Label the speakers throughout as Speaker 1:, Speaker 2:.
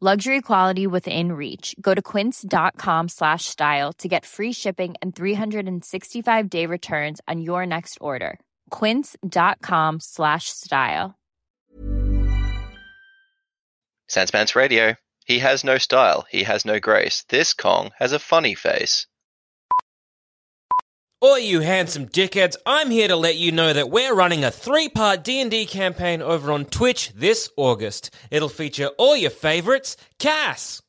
Speaker 1: Luxury quality within reach. Go to quince.com slash style to get free shipping and 365 day returns on your next order. Quince.com slash style.
Speaker 2: Sandspants Radio. He has no style. He has no grace. This Kong has a funny face.
Speaker 3: All you handsome dickheads, I'm here to let you know that we're running a three-part D&D campaign over on Twitch this August. It'll feature all your favorites, Cass,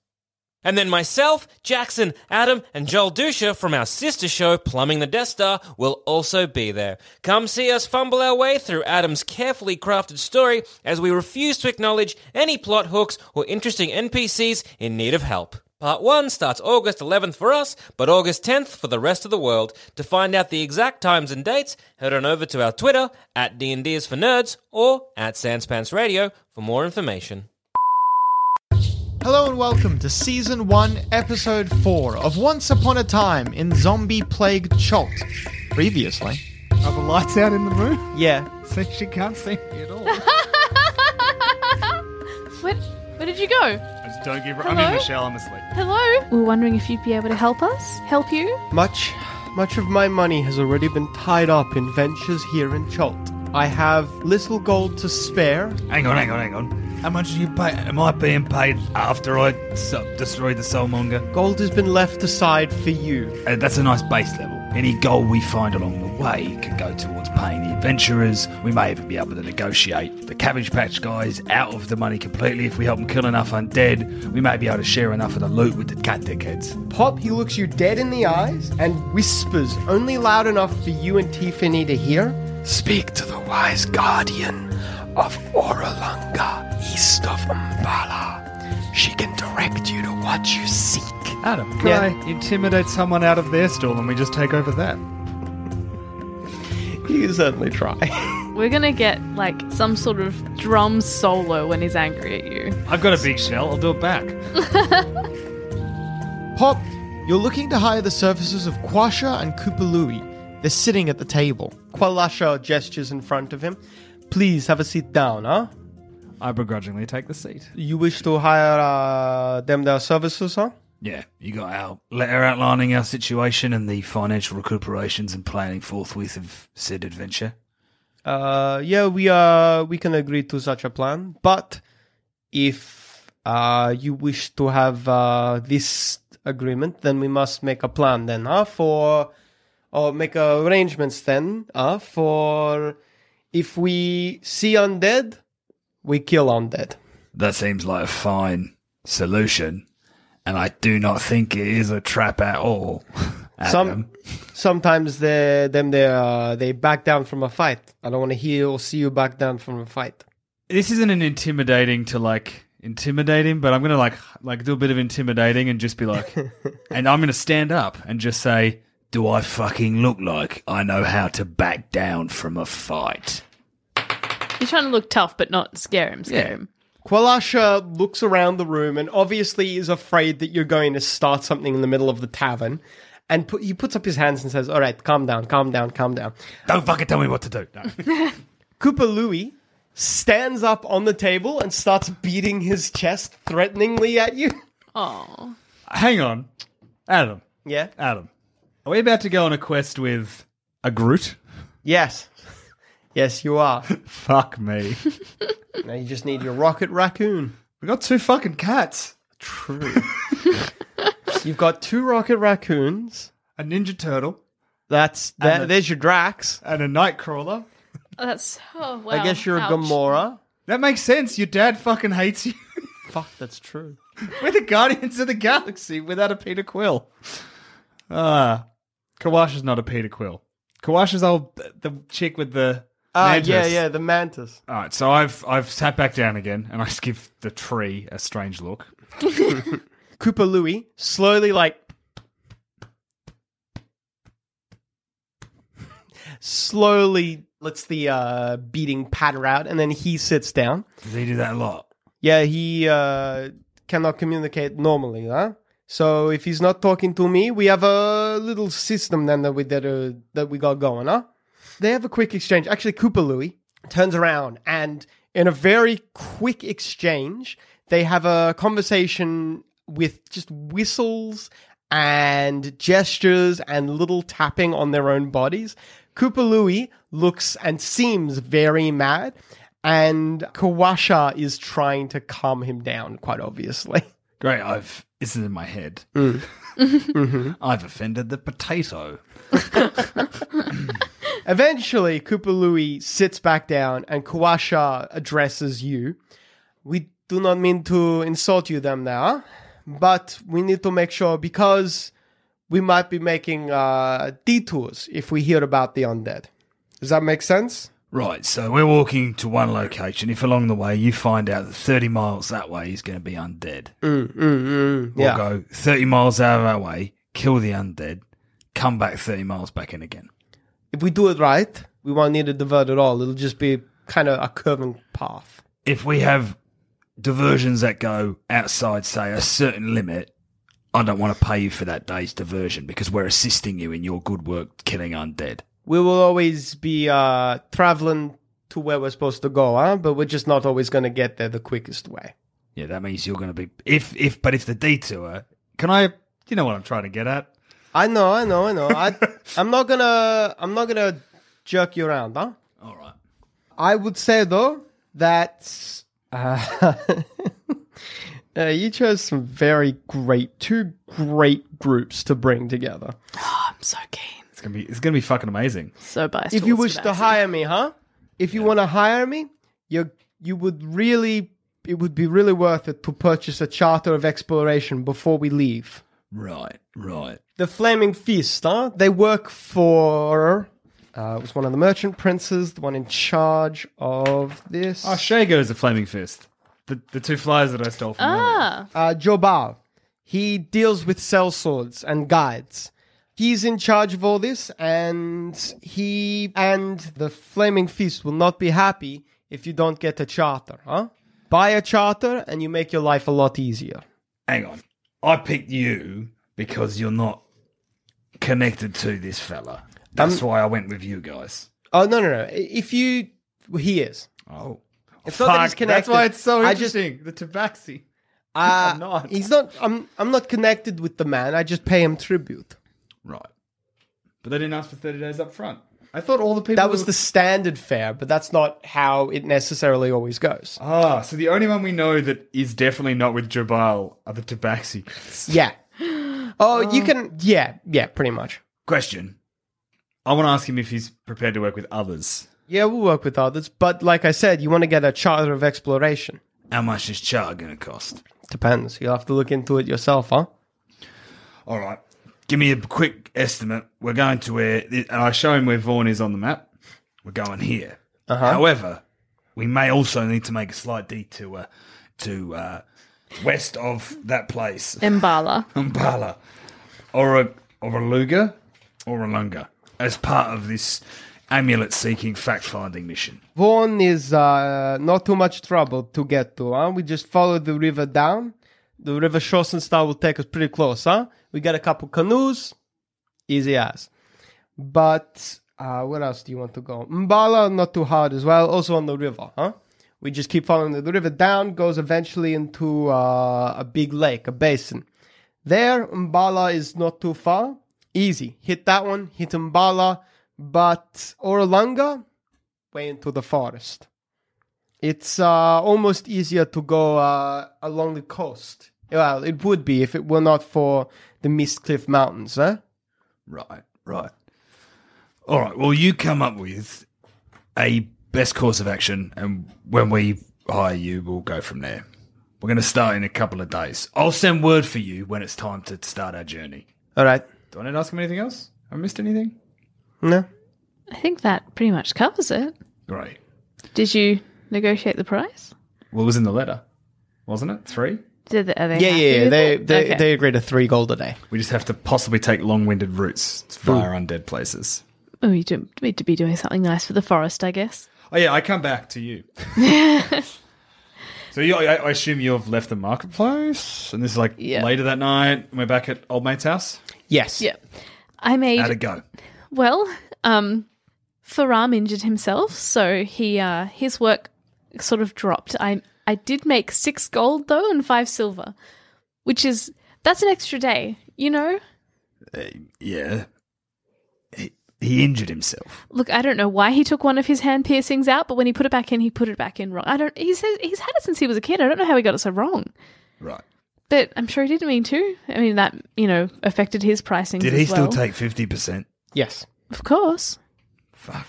Speaker 3: and then myself, Jackson, Adam, and Joel Dusha from our sister show Plumbing the Death Star will also be there. Come see us fumble our way through Adam's carefully crafted story as we refuse to acknowledge any plot hooks or interesting NPCs in need of help. Part 1 starts August 11th for us, but August 10th for the rest of the world. To find out the exact times and dates, head on over to our Twitter at D&D is for Nerds or at Sanspants Radio for more information.
Speaker 4: Hello and welcome to Season 1, Episode 4 of Once Upon a Time in Zombie Plague Chult. Previously.
Speaker 5: Are the lights out in the room?
Speaker 4: Yeah.
Speaker 5: So she can't see me at all.
Speaker 6: Where, where did you go?
Speaker 7: Just don't give her.
Speaker 6: Hello?
Speaker 7: I'm in the shell. I'm asleep.
Speaker 6: Hello? We were wondering if you'd be able to help us. Help you?
Speaker 4: Much, much of my money has already been tied up in ventures here in Chult. I have little gold to spare.
Speaker 7: Hang on, hang on, hang on. How much are you pay? Am I being paid after I so- destroy the soulmonger?
Speaker 4: Gold has been left aside for you.
Speaker 7: Uh, that's a nice base level. Any gold we find along the way can go towards paying the adventurers. We may even be able to negotiate the Cabbage Patch guys out of the money completely if we help them kill enough undead. We may be able to share enough of the loot with the cat dickheads.
Speaker 8: Pop, he looks you dead in the eyes and whispers, only loud enough for you and Tiffany to hear. Speak to the wise guardian of Orolunga, east of Mbala. She can direct you to what you seek.
Speaker 5: Adam, can
Speaker 4: Yeah.
Speaker 5: I intimidate someone out of their stall and we just take over that?
Speaker 4: You certainly try.
Speaker 6: We're gonna get like some sort of drum solo when he's angry at you.
Speaker 7: I've got a big shell. I'll do it back.
Speaker 4: Pop, you're looking to hire the services of Quasha and Kupalui. They're sitting at the table.
Speaker 8: Qualasha gestures in front of him. Please have a seat down, huh?
Speaker 5: I begrudgingly take the seat.
Speaker 8: You wish to hire uh, them their services, huh?
Speaker 7: Yeah, you got our letter outlining our situation and the financial recuperations and planning forthwith of said adventure.
Speaker 8: Uh, yeah, we uh we can agree to such a plan, but if uh you wish to have uh this agreement, then we must make a plan then, huh? For or make arrangements then, uh, for if we see undead, we kill undead.
Speaker 7: That seems like a fine solution, and I do not think it is a trap at all. Adam.
Speaker 8: Some sometimes they them they uh, they back down from a fight. I don't want to hear or see you back down from a fight.
Speaker 5: This isn't an intimidating to like intimidate him, but I'm gonna like like do a bit of intimidating and just be like, and I'm gonna stand up and just say,
Speaker 7: do I fucking look like I know how to back down from a fight?
Speaker 6: You're trying to look tough but not scare him, scare
Speaker 7: Yeah.
Speaker 6: him.
Speaker 8: Qualasha looks around the room and obviously is afraid that you're going to start something in the middle of the tavern. And put, he puts up his hands and says, All right, calm down, calm down, calm down.
Speaker 7: Don't fucking tell me what to do. No.
Speaker 8: Koopa Louie stands up on the table and starts beating his chest threateningly at you.
Speaker 6: Oh.
Speaker 5: "Hang on, Adam,
Speaker 8: Yeah?
Speaker 5: Adam, are we about to go on a quest with a Groot?
Speaker 8: Yes. Yes, you are.
Speaker 5: Fuck me,
Speaker 8: now you just need your rocket raccoon.
Speaker 5: we got two fucking cats."
Speaker 8: True. You've got two rocket raccoons.
Speaker 9: a Ninja Turtle,
Speaker 8: That's that,
Speaker 9: a-
Speaker 8: there's your Drax.
Speaker 9: and a Nightcrawler.
Speaker 6: That's oh wow.
Speaker 8: I guess you're
Speaker 6: Ouch.
Speaker 8: a Gamora.
Speaker 9: That makes sense. Your dad fucking hates you.
Speaker 8: Fuck, that's true.
Speaker 9: We're the Guardians of the Galaxy without a Peter Quill. Ah, Kawasha's not a Peter Quill. Kawasha's old the chick with the.
Speaker 8: Ah,
Speaker 9: mantis.
Speaker 8: yeah, yeah, the Mantis.
Speaker 9: All right, so I've I've sat back down again, and I just give the tree a strange look.
Speaker 8: Koopa Louie slowly like slowly lets the uh, beating patter out, and then he sits down.
Speaker 7: Does he do that a lot?
Speaker 8: Yeah, he uh, cannot communicate normally, huh? So if he's not talking to me, we have a little system then that we that, uh, that we got going, huh? They have a quick exchange. Actually, Koopa Louie turns around and in a very quick exchange, they have a conversation with just whistles and gestures and little tapping on their own bodies. Koopa Louie looks and seems very mad, and Kawasha is trying to calm him down, quite obviously.
Speaker 7: Great, I've this is in my head. I've offended the potato.
Speaker 8: Eventually, Koopa Louie sits back down and Kawasha addresses you. We do not mean to insult you them now, but we need to make sure because we might be making uh, detours if we hear about the undead. Does that make sense?
Speaker 7: Right, so we're walking to one location. If along the way you find out that 30 miles that way he's going to be undead, we'll
Speaker 8: Mm. yeah.
Speaker 7: go 30 miles out of our way, kill the undead, come back 30 miles back in again.
Speaker 8: If we do it right, we won't need to divert at all. It'll just be kind of a curving path.
Speaker 7: If we have diversions that go outside, say, a certain limit, I don't want to pay you for that day's diversion because we're assisting you in your good work killing undead.
Speaker 8: we will always be uh, traveling to where we're supposed to go, huh? But we're just not always going to get there the quickest way.
Speaker 7: Yeah, that means you're going to be if if but if the detour, can I? You know what I'm trying to get at?
Speaker 8: I know, I know, I know. I, I'm not gonna, I'm not gonna jerk you around, huh?
Speaker 7: All right.
Speaker 8: I would say though that uh, uh, you chose some very great, two great groups to bring together.
Speaker 6: I'm so keen.
Speaker 9: It's gonna be it's gonna be fucking amazing.
Speaker 6: So biased.
Speaker 8: if you
Speaker 6: towards
Speaker 8: wish to
Speaker 6: Sebastian.
Speaker 8: hire me, huh? If you want to hire me, you you would really it would be really worth it to purchase a charter of exploration before we leave.
Speaker 7: Right, right.
Speaker 8: The Flaming Fist, huh? They work for uh, it was one of the merchant princes, the one in charge of this.
Speaker 9: Oh, Shago is a flaming fist. The the two flies that I stole from. earlier.
Speaker 6: Ah,
Speaker 8: uh, Jobal. He deals with sellswords and guides. He's in charge of all this, and he and the Flaming Feast will not be happy if you don't get a charter, huh? Buy a charter, and you make your life a lot easier.
Speaker 7: Hang on. I picked you because you're not connected to this fella. That's
Speaker 8: Um,
Speaker 7: why I went with you guys.
Speaker 8: Oh no, no, no! If you, he is.
Speaker 7: Oh.
Speaker 8: It's not that he's
Speaker 9: that's
Speaker 8: connected.
Speaker 9: why it's so
Speaker 8: I just-
Speaker 9: interesting. The tabaxi.
Speaker 8: Uh,
Speaker 9: I'm not.
Speaker 8: He's not. I'm. I'm not connected with the man. I just pay him tribute.
Speaker 7: Right.
Speaker 9: But they didn't ask for thirty days up front. I thought all the people
Speaker 8: That was the standard fare, but that's not how it necessarily always goes.
Speaker 9: Ah, so the only one we know that is definitely not with Jabal are the Tabaxi.
Speaker 8: Yeah. Oh, you can. Yeah, yeah, pretty much.
Speaker 7: Question.
Speaker 9: I want to ask him if he's prepared to work with others.
Speaker 8: Yeah, we'll work with others, but like I said, you want to get a charter of exploration.
Speaker 7: How much is char gonna cost?
Speaker 8: Depends. You'll have to look into it yourself, huh?
Speaker 7: All right. Give me a quick estimate. We're going to where and
Speaker 9: And I show him where Vaughn is on the map.
Speaker 7: we're going here.
Speaker 8: Uh-huh.
Speaker 7: However, we may also need to make a slight detour to uh, west of that place,
Speaker 6: Mbala.
Speaker 7: Umbala, or a or a Luga, or a Lunga, as part of this amulet-seeking fact-finding mission.
Speaker 8: Vaughan is uh, not too much trouble to get to, huh? We just follow the river down. The river Schossenstahl will take us pretty close, huh? We got a couple canoes. Easy as. But uh, where else do you want to go? Mbala, not too hard as well. Also on the river, huh? We just keep following the river down, goes eventually into uh, a big lake, a basin. There, Mbala is not too far. Easy. Hit that one, hit Mbala. But Orlanga, way into the forest. It's uh, almost easier to go uh, along the coast. Well, it would be if it were not for the Mist Cliff Mountains, eh?
Speaker 7: Right, right. All right. Well, you come up with a best course of action, and when we hire you, we'll go from there. We're going to start in a couple of days. I'll send word for you when it's time to start our journey.
Speaker 8: All right.
Speaker 7: Do I need to ask him anything else? I missed anything?
Speaker 8: No.
Speaker 6: I think that pretty much covers it.
Speaker 7: Great.
Speaker 6: Did you negotiate the price?
Speaker 7: What was in the letter? Wasn't it? Three?
Speaker 6: Did they, are they
Speaker 8: Yeah,
Speaker 6: happy
Speaker 8: yeah, yeah.
Speaker 6: with
Speaker 8: They
Speaker 6: it?
Speaker 8: they,
Speaker 6: Okay.
Speaker 8: they agree to three gold a day.
Speaker 7: We just have to possibly take long winded routes via undead places.
Speaker 6: Oh, you do need to be doing something nice for the forest, I guess.
Speaker 7: Oh, yeah, I come back to you. so you, I, I assume you've left the marketplace, and this is like
Speaker 6: Yeah.
Speaker 7: later that night. and We're back at old mate's house.
Speaker 8: Yes.
Speaker 6: Yeah. I made
Speaker 7: How'd it go?
Speaker 6: Well, um, Faram injured himself, so he uh, his work sort of dropped. I I did make six gold though and five silver, which is that's an extra day, you know.
Speaker 7: Yeah. He, he injured himself.
Speaker 6: Look, I don't know why he took one of his hand piercings out, but when he put it back in, he put it back in wrong. I don't. He says he's had it since he was a kid. I don't know how he got it so wrong,
Speaker 7: Right.
Speaker 6: but I'm sure he didn't mean to. I mean that you know affected his pricing.
Speaker 7: Did
Speaker 6: as
Speaker 7: he still
Speaker 6: well.
Speaker 7: take 50%?
Speaker 8: Yes.
Speaker 6: Of course.
Speaker 7: Fuck.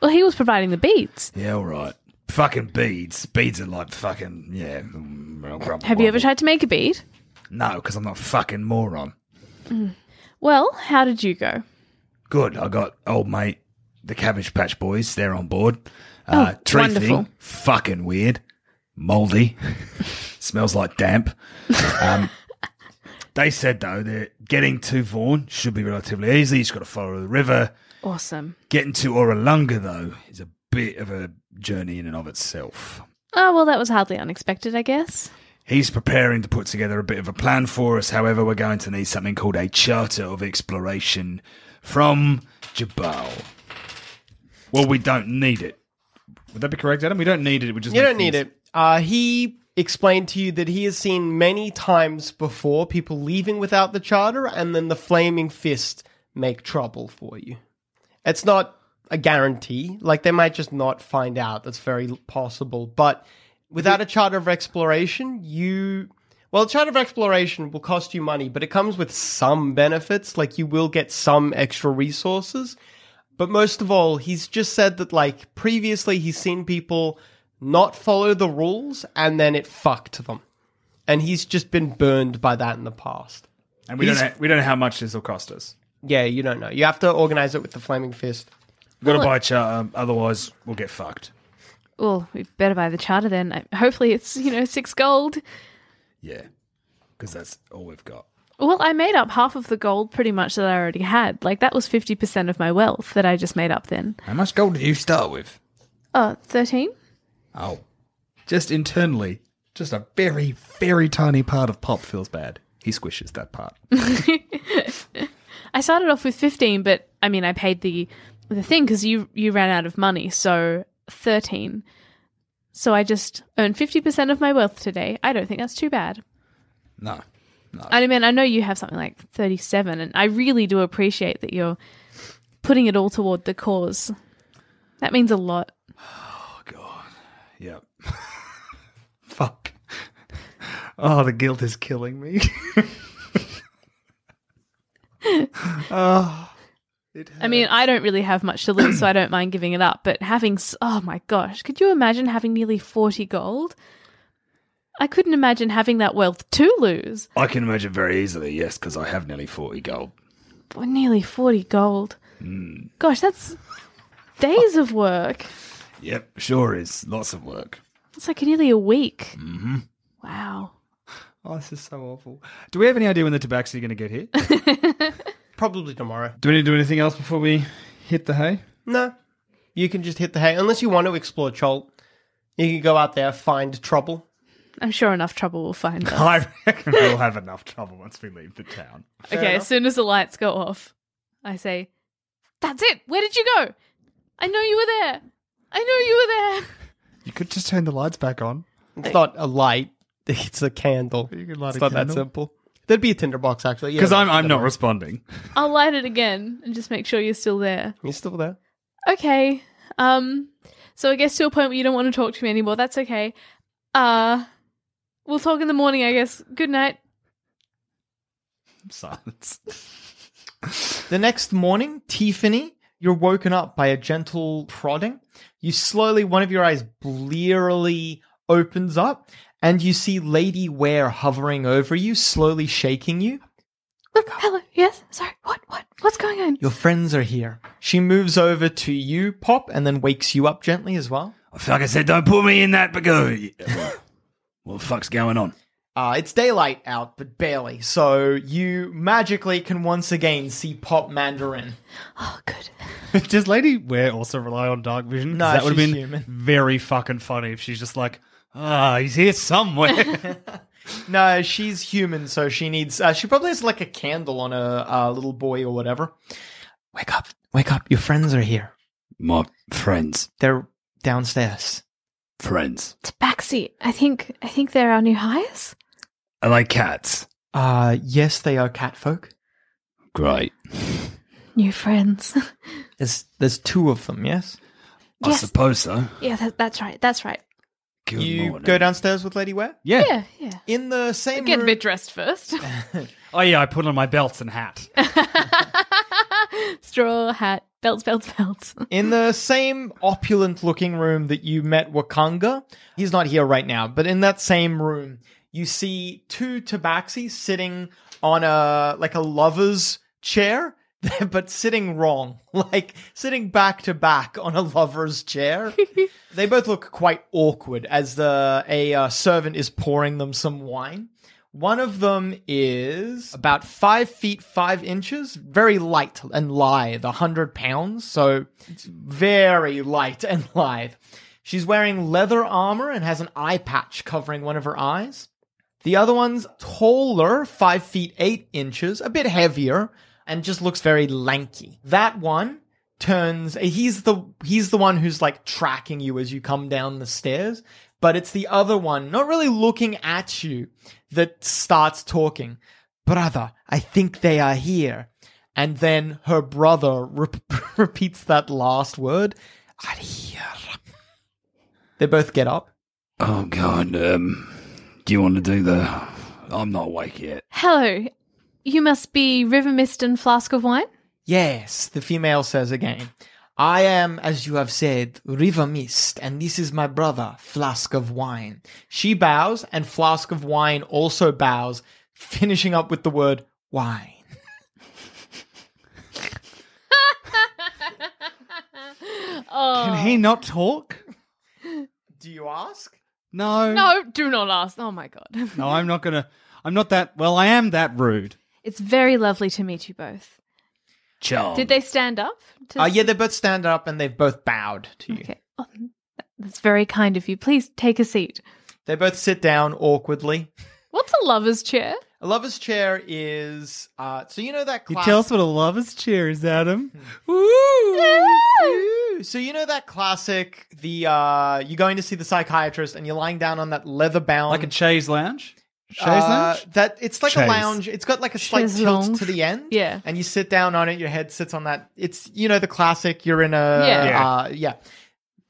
Speaker 6: Well, he was providing the beads.
Speaker 7: Yeah, all right. Fucking beads. Beads are like fucking, yeah. mm, well, grumble,
Speaker 6: Have you ever
Speaker 7: grumble.
Speaker 6: tried to make a bead?
Speaker 7: No, because I'm not a fucking moron.
Speaker 6: Well, how did you go?
Speaker 7: Good. I got old mate, the Cabbage Patch Boys. They're on board. Uh,
Speaker 6: Oh,
Speaker 7: tree
Speaker 6: wonderful.
Speaker 7: thing, fucking weird, moldy, smells like damp. Um, they said though that getting to Vaughan should be relatively easy. You just got to follow the river.
Speaker 6: Awesome.
Speaker 7: Getting to Orolunga though is a bit of a journey in and of itself.
Speaker 6: Oh, well, that was hardly unexpected, I guess.
Speaker 7: He's preparing to put together a bit of a plan for us. However, we're going to need something called a charter of exploration from Jabal. Well, we don't need it. Would that be correct, Adam? We don't need it. We just
Speaker 8: You don't need it. Uh, he explained to you that he has seen many times before people leaving without the charter and then the flaming fist make trouble for you. It's not a guarantee. Like, they might just not find out. That's very possible. But without a charter of exploration, you. Well, a charter of exploration will cost you money, but it comes with some benefits. Like, you will get some extra resources. But most of all, he's just said that, like, previously he's seen people not follow the rules and then it fucked them. And he's just been burned by that in the past.
Speaker 7: And we don't, know, we don't know how much this will cost us.
Speaker 8: Yeah, you don't know. You have to organize it with the Flaming Fist.
Speaker 7: We've got to buy a charter, otherwise we'll get fucked.
Speaker 6: Well, we better buy the charter then. I- Hopefully, it's, you know, six gold.
Speaker 7: Yeah, because that's all we've got.
Speaker 6: Well, I made up half of the gold pretty much that I already had. Like, that was 50% of my wealth that I just made up then.
Speaker 7: How much gold did you start with?
Speaker 6: Oh, 13?
Speaker 7: Oh, just internally, just a very, very tiny part of Pop feels bad. He squishes that part.
Speaker 6: I started off with 15, but I mean, I paid the the thing because you, you ran out of money. So 13. So I just earned 50% of my wealth today. I don't think that's too bad.
Speaker 7: No.
Speaker 6: I mean, I know you have something like 37, and I really do appreciate that you're putting it all toward the cause. That means a lot.
Speaker 7: Yep. Fuck. Oh, the guilt is killing me. Ah,
Speaker 6: I mean, I don't really have much to lose, so I don't mind giving it up. But having, s- oh my gosh, could you imagine having nearly 40 gold? I couldn't imagine having that wealth to lose.
Speaker 7: I can imagine very easily, yes, because I have nearly 40 gold.
Speaker 6: Boy, nearly 40 gold. Gosh, that's days of work.
Speaker 7: Yep, sure is. Lots of work.
Speaker 6: It's like nearly a week. Mm-hmm. Wow.
Speaker 7: Oh, this is so awful. Do we have any idea when the tabaxi are going to get here?
Speaker 8: Probably tomorrow.
Speaker 7: do we need to do anything else before we hit the hay?
Speaker 8: No. You can just hit the hay. Unless you want to explore Cholt, you can go out there, find trouble.
Speaker 6: I'm sure enough trouble will find us.
Speaker 7: I reckon we'll have enough trouble once we leave the town.
Speaker 6: okay, as soon as the lights go off, I say, That's it. Where did you go? I know you were there. I know you were there.
Speaker 7: You could just turn the lights back on.
Speaker 8: It's not a light, it's a candle.
Speaker 7: You can light
Speaker 8: it's
Speaker 7: a
Speaker 8: not that
Speaker 7: candle.
Speaker 8: simple. There'd be a tinderbox, actually. Yeah,
Speaker 7: Because I'm, I'm
Speaker 8: don't
Speaker 7: not
Speaker 8: worry.
Speaker 7: responding.
Speaker 6: I'll light it again and just make sure you're still there.
Speaker 8: You're still there.
Speaker 6: Okay. Um so I guess to a point where you don't want to talk to me anymore. That's okay. Uh we'll talk in the morning, I guess. Good night.
Speaker 7: Silence.
Speaker 8: The next morning, Tiffany, you're woken up by a gentle prodding. You slowly, one of your eyes blearily opens up, and you see Lady Ware hovering over you, slowly shaking you.
Speaker 6: Look, hello. Yes. Sorry. What? What? What's going on?
Speaker 8: Your friends are here. She moves over to you, Pop, and then wakes you up gently as well.
Speaker 7: I feel like I said, don't put me in that because. what the fuck's going on?
Speaker 8: Uh, it's daylight out, but barely. So you magically can once again see Pop Mandarin.
Speaker 6: Oh, good.
Speaker 10: Does Lady Ware also rely on dark vision? 'Cause
Speaker 8: No,
Speaker 10: that would have
Speaker 8: she's
Speaker 10: been
Speaker 8: human.
Speaker 10: very fucking funny if she's just like, ah, he's here somewhere.
Speaker 8: No, she's human, so she needs. Uh, she probably has like a candle on a uh, little boy or whatever. Wake up! Wake up! Your friends are here.
Speaker 7: My friends.
Speaker 8: They're downstairs.
Speaker 7: Friends.
Speaker 6: It's backseat. I think. I think they're our new hires.
Speaker 7: Are they cats?
Speaker 8: Uh, yes, they are catfolk.
Speaker 7: Great.
Speaker 6: New friends.
Speaker 8: There's there's two of them. Yes.
Speaker 7: I
Speaker 6: Yes.
Speaker 7: suppose so.
Speaker 6: yeah. That, that's right. That's right.
Speaker 7: Good
Speaker 8: you
Speaker 7: morning.
Speaker 8: go downstairs with Lady Ware
Speaker 10: yeah.
Speaker 6: Yeah. Yeah.
Speaker 8: in the same
Speaker 6: Get a
Speaker 8: room.
Speaker 6: bit dressed first.
Speaker 10: Oh, yeah, I put on my belt and hat.
Speaker 6: Straw hat. Belts. Belts. Belts.
Speaker 8: in the same opulent looking room that you met Wakanga, he's not here right now, but in that same room, you see two tabaxis sitting on a like a lover's chair, but sitting wrong, like sitting back to back on a lover's chair. they both look quite awkward as the a uh, servant is pouring them some wine. One of them is about five feet five inches, very light and lithe, a hundred pounds, so it's very light and lithe. She's wearing leather armor and has an eye patch covering one of her eyes. The other one's taller, five feet eight inches, a bit heavier, and just looks very lanky. That one turns he's the he's the one who's like tracking you as you come down the stairs, but it's the other one, not really looking at you, that starts talking. Brother, I think they are here. And then her brother rep- repeats that last word. Are here. They both get up.
Speaker 7: Oh, God. Um, do you want to do the. I'm not awake yet.
Speaker 6: Hello. You must be River Mist and Flask of Wine.
Speaker 8: Yes, the female says again. I am, as you have said, River Mist, and this is my brother, Flask of Wine. She bows, and Flask of Wine also bows, finishing up with the word wine.
Speaker 6: Oh.
Speaker 10: Can he not talk?
Speaker 8: Do you ask?
Speaker 10: No.
Speaker 6: No, do not ask. Oh my god.
Speaker 10: No, I'm not going to. I'm not that. Well, I am that rude.
Speaker 6: It's very lovely to meet you both.
Speaker 7: Charm.
Speaker 6: Did they stand up? To
Speaker 8: Uh, yeah, they both stand up and they've both bowed to you.
Speaker 6: Okay. Oh, that's very kind of you. Please take a seat.
Speaker 8: They both sit down awkwardly.
Speaker 6: What's a lover's chair?
Speaker 8: A lover's chair is, uh, so you know that
Speaker 10: You
Speaker 8: class.
Speaker 10: tell us what a lover's chair is, Adam.
Speaker 8: Ooh, So you know that classic, the uh, you're going to see the psychiatrist and you're lying down on that leather bound,
Speaker 10: Like a chaise lounge? Chaise
Speaker 8: Uh,
Speaker 10: lounge?
Speaker 8: that it's like a
Speaker 10: Chaise.
Speaker 8: lounge. It's got like a slight
Speaker 6: Chaise
Speaker 8: tilt
Speaker 6: lounge.
Speaker 8: to the end.
Speaker 6: Yeah.
Speaker 8: And you sit down on it. Your head sits on that. It's you know the classic. You're in a
Speaker 6: Yeah.
Speaker 10: Yeah.
Speaker 8: Uh, yeah.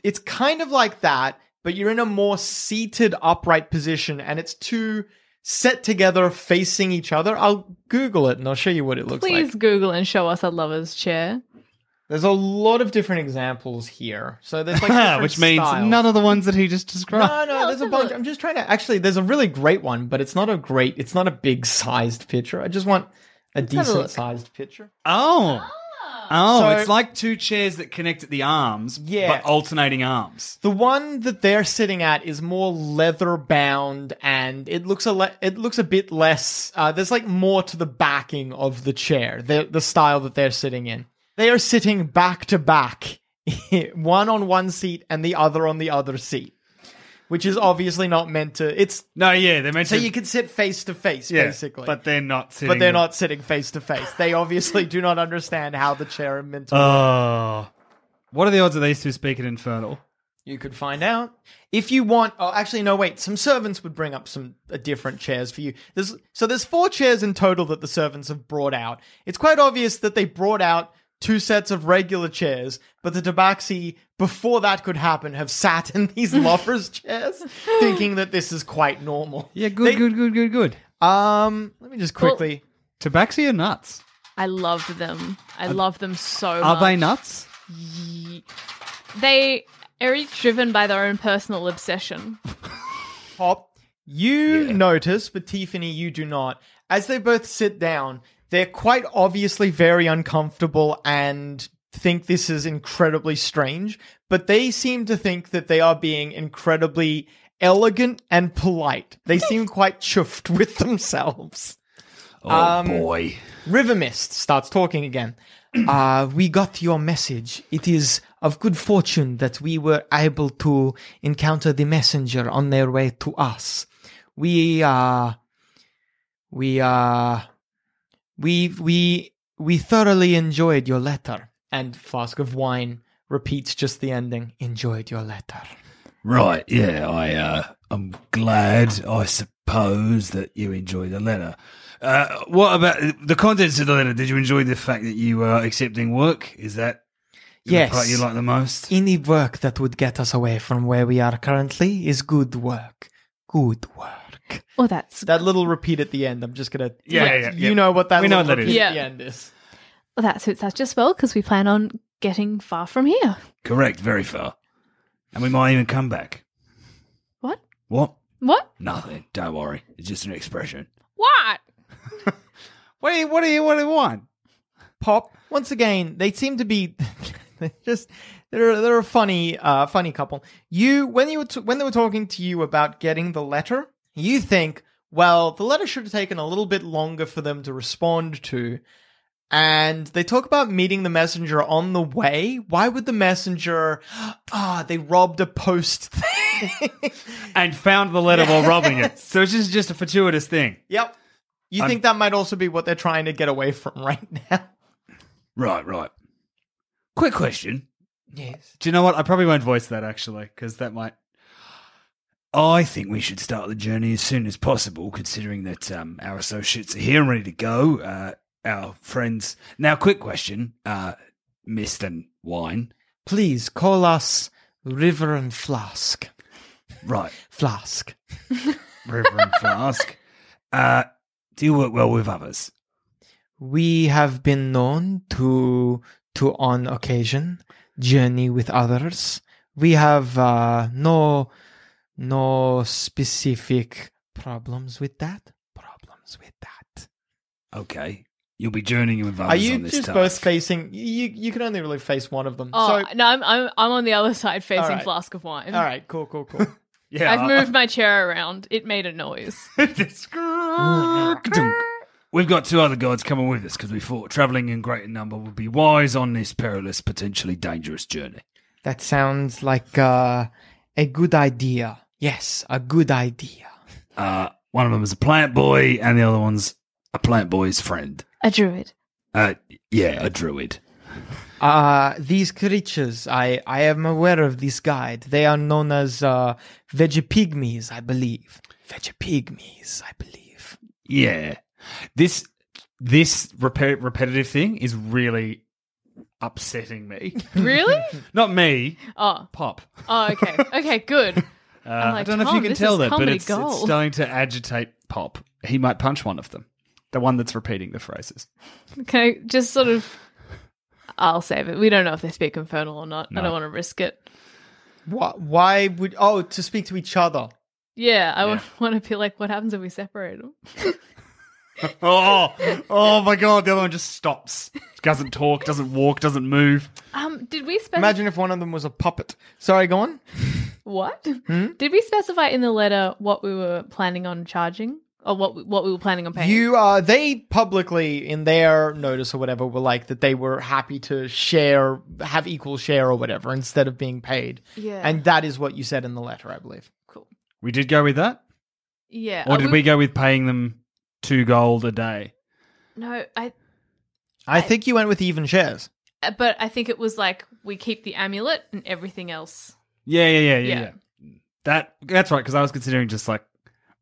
Speaker 8: It's kind of like that, but you're in a more seated upright position, and it's two set together facing each other. I'll Google it and I'll show you what it looks
Speaker 6: Please
Speaker 8: like.
Speaker 6: Google and show us a lover's chair.
Speaker 8: There's a lot of different examples here. So there's like different
Speaker 10: Which means
Speaker 8: styles.
Speaker 10: none of the ones that he just described.
Speaker 8: No, no,
Speaker 6: No,
Speaker 8: there's a
Speaker 6: it's
Speaker 8: bunch.
Speaker 6: not.
Speaker 8: I'm just trying to actually. There's a really great one, but it's not a great. It's not a big sized picture. I just want a
Speaker 6: have a
Speaker 8: decent
Speaker 6: look.
Speaker 8: sized picture.
Speaker 10: Oh. Oh,
Speaker 8: So-
Speaker 10: it's like two chairs that connect at the arms,
Speaker 8: Yeah.
Speaker 10: but alternating arms.
Speaker 8: The one that they're sitting at is more leather bound, and it looks a le- it looks a bit less. Uh, there's like more to the backing of the chair, the the style that they're sitting in. They are sitting back to back, one on one seat and the other on the other seat, which is obviously not meant to. It's
Speaker 10: No, yeah, they're meant
Speaker 8: so
Speaker 10: to.
Speaker 8: you can sit face to face,
Speaker 10: yeah,
Speaker 8: basically.
Speaker 10: but they're not sitting.
Speaker 8: but they're not sitting face to face. They obviously do not understand how the chair and mental.
Speaker 10: Oh, what are the odds of these two speaking infernal?
Speaker 8: you could find out if you want. Oh, actually, no. Wait, some servants would bring up some uh, different chairs for you. There's so there's four chairs in total that the servants have brought out. It's quite obvious that they brought out two sets of regular chairs, but the Tabaxi before that could happen have sat in these lovers' chairs, thinking that this is quite normal.
Speaker 10: Yeah, good,
Speaker 8: They-
Speaker 10: good, good, good, good.
Speaker 8: Um, let me just quickly.
Speaker 10: Tabaxi are nuts.
Speaker 6: I love them. I love them so
Speaker 11: Are
Speaker 6: much.
Speaker 11: they nuts?
Speaker 6: They are each driven by their own personal obsession.
Speaker 8: Pop, you notice, but Tiffany, you do not. As they both sit down, they're quite obviously very uncomfortable and think this is incredibly strange, but they seem to think that they are being incredibly elegant and polite. They seem quite chuffed with themselves. Um,
Speaker 7: Oh boy.
Speaker 8: River Mist starts talking again. uh, we got your message. It is of good fortune that we were able to encounter the messenger on their way to us. We, uh, we, uh, we, we, we thoroughly enjoyed your letter. And Flask of Wine repeats just the ending enjoyed your letter.
Speaker 7: Right, yeah, I uh I'm glad I suppose that you enjoy the letter. Uh what about the contents of the letter? Did you enjoy the fact that you are accepting work? Is that
Speaker 8: Yes.
Speaker 7: the part you like the most?
Speaker 8: Any work that would get us away from where we are currently is good work. Good work.
Speaker 6: Oh, that's
Speaker 8: That little repeat at the end. I'm just gonna.
Speaker 10: Yeah,
Speaker 8: Like,
Speaker 10: yeah,
Speaker 8: You
Speaker 10: yeah.
Speaker 8: know what that
Speaker 10: We know
Speaker 8: little
Speaker 10: what that
Speaker 8: repeat
Speaker 6: is. Yeah.
Speaker 8: at the end is.
Speaker 6: Well, that suits us just well because we plan on getting far from here.
Speaker 7: Correct, very far. And we might even come back.
Speaker 6: What?
Speaker 7: What?
Speaker 6: What?
Speaker 7: Nothing. Don't worry. It's just an expression.
Speaker 6: What?
Speaker 11: What do you, what do you, what do you want?
Speaker 8: Pop. Once again, they seem to be they're just they're they're a funny uh funny couple. You when you were t- when they were talking to you about getting the letter, you think well the letter should have taken a little bit longer for them to respond to. And they talk about meeting the messenger on the way. Why would the messenger? Ah, they robbed a post thing.
Speaker 10: and found the letter while robbing it. So it's just, just a fortuitous thing.
Speaker 8: Yep. You think that might also be what they're trying to get away from right now?
Speaker 7: Right, right. Quick question.
Speaker 8: Yes.
Speaker 10: Do you know what? I probably won't voice that actually, because that might.
Speaker 7: I think we should start the journey as soon as possible, considering that um, our associates are here and ready to go. Uh, our friends. Now, quick question, uh, Mist and Wine.
Speaker 8: Please call us River and Flask.
Speaker 7: Right,
Speaker 8: Flask.
Speaker 7: Reverend Flask. Uh, do you work well with others?
Speaker 8: We have been known to to on occasion journey with others. We have uh, no no specific problems with that. Problems with that.
Speaker 7: Okay. You'll be journeying with others
Speaker 8: Are you
Speaker 7: on this
Speaker 8: just
Speaker 7: task.
Speaker 8: both facing? You you can only really face one of them.
Speaker 6: Oh
Speaker 8: so
Speaker 6: no, I'm, I'm I'm on the other side facing
Speaker 8: All right.
Speaker 6: flask of wine.
Speaker 8: all right, cool, cool, cool.
Speaker 10: Yeah,
Speaker 6: I've moved my chair around. It made a noise.
Speaker 7: Ah, We've got two other guards coming with us because we thought traveling in greater number would be wise on this perilous, potentially dangerous journey.
Speaker 8: That sounds like uh, a good idea. Yes, a good idea.
Speaker 7: Uh, one of them is a plant boy, and the other one's a plant boy's friend.
Speaker 6: A druid.
Speaker 7: Uh, yeah, a druid.
Speaker 8: Uh, these creatures, I, I am aware of this guide. They are known as uh, veggie pygmies, I believe. Veggie pygmies, I believe.
Speaker 7: Yeah,
Speaker 10: this this repe- repetitive thing is really upsetting me.
Speaker 6: Really?
Speaker 10: Not me,
Speaker 6: Oh.
Speaker 10: Pop.
Speaker 6: Oh, okay. Okay, good.
Speaker 10: Uh,
Speaker 6: I'm
Speaker 10: I
Speaker 6: like,
Speaker 10: don't know if you
Speaker 6: Tom,
Speaker 10: can
Speaker 6: this
Speaker 10: tell
Speaker 6: is
Speaker 10: that, but
Speaker 6: comedy
Speaker 10: it's, it's
Speaker 6: gold.
Speaker 10: starting to agitate Pop. He might punch one of them, the one that's repeating the phrases.
Speaker 6: Can I just sort of I'll save it. We don't know if they speak infernal or not. I don't want to risk it.
Speaker 8: What, why would. Oh, to speak to each other.
Speaker 6: Yeah, I want to be like, what happens if we separate them?
Speaker 10: Oh, oh my god! The other one just stops, doesn't talk, doesn't walk, doesn't move.
Speaker 6: Um, did we specify
Speaker 8: Imagine if one of them was a puppet. Sorry, go on. Hmm?
Speaker 6: what? Did we specify in the letter what we were planning on charging or what we- what we were planning on paying?
Speaker 8: You, uh, they publicly in their notice or whatever were like that they were happy to share, have equal share or whatever instead of being paid.
Speaker 6: Yeah.
Speaker 8: And that is what you said in the letter, I believe.
Speaker 6: cool.
Speaker 10: We did go with that,
Speaker 6: Yeah.
Speaker 10: or
Speaker 6: uh,
Speaker 10: did we go with paying them two gold a day?
Speaker 6: No, I.
Speaker 8: I think you went with even shares.
Speaker 6: uh, But I think it was like we keep the amulet and everything else.
Speaker 10: Yeah, yeah, yeah, yeah.
Speaker 6: Yeah.
Speaker 10: yeah. That that's right because I was considering just like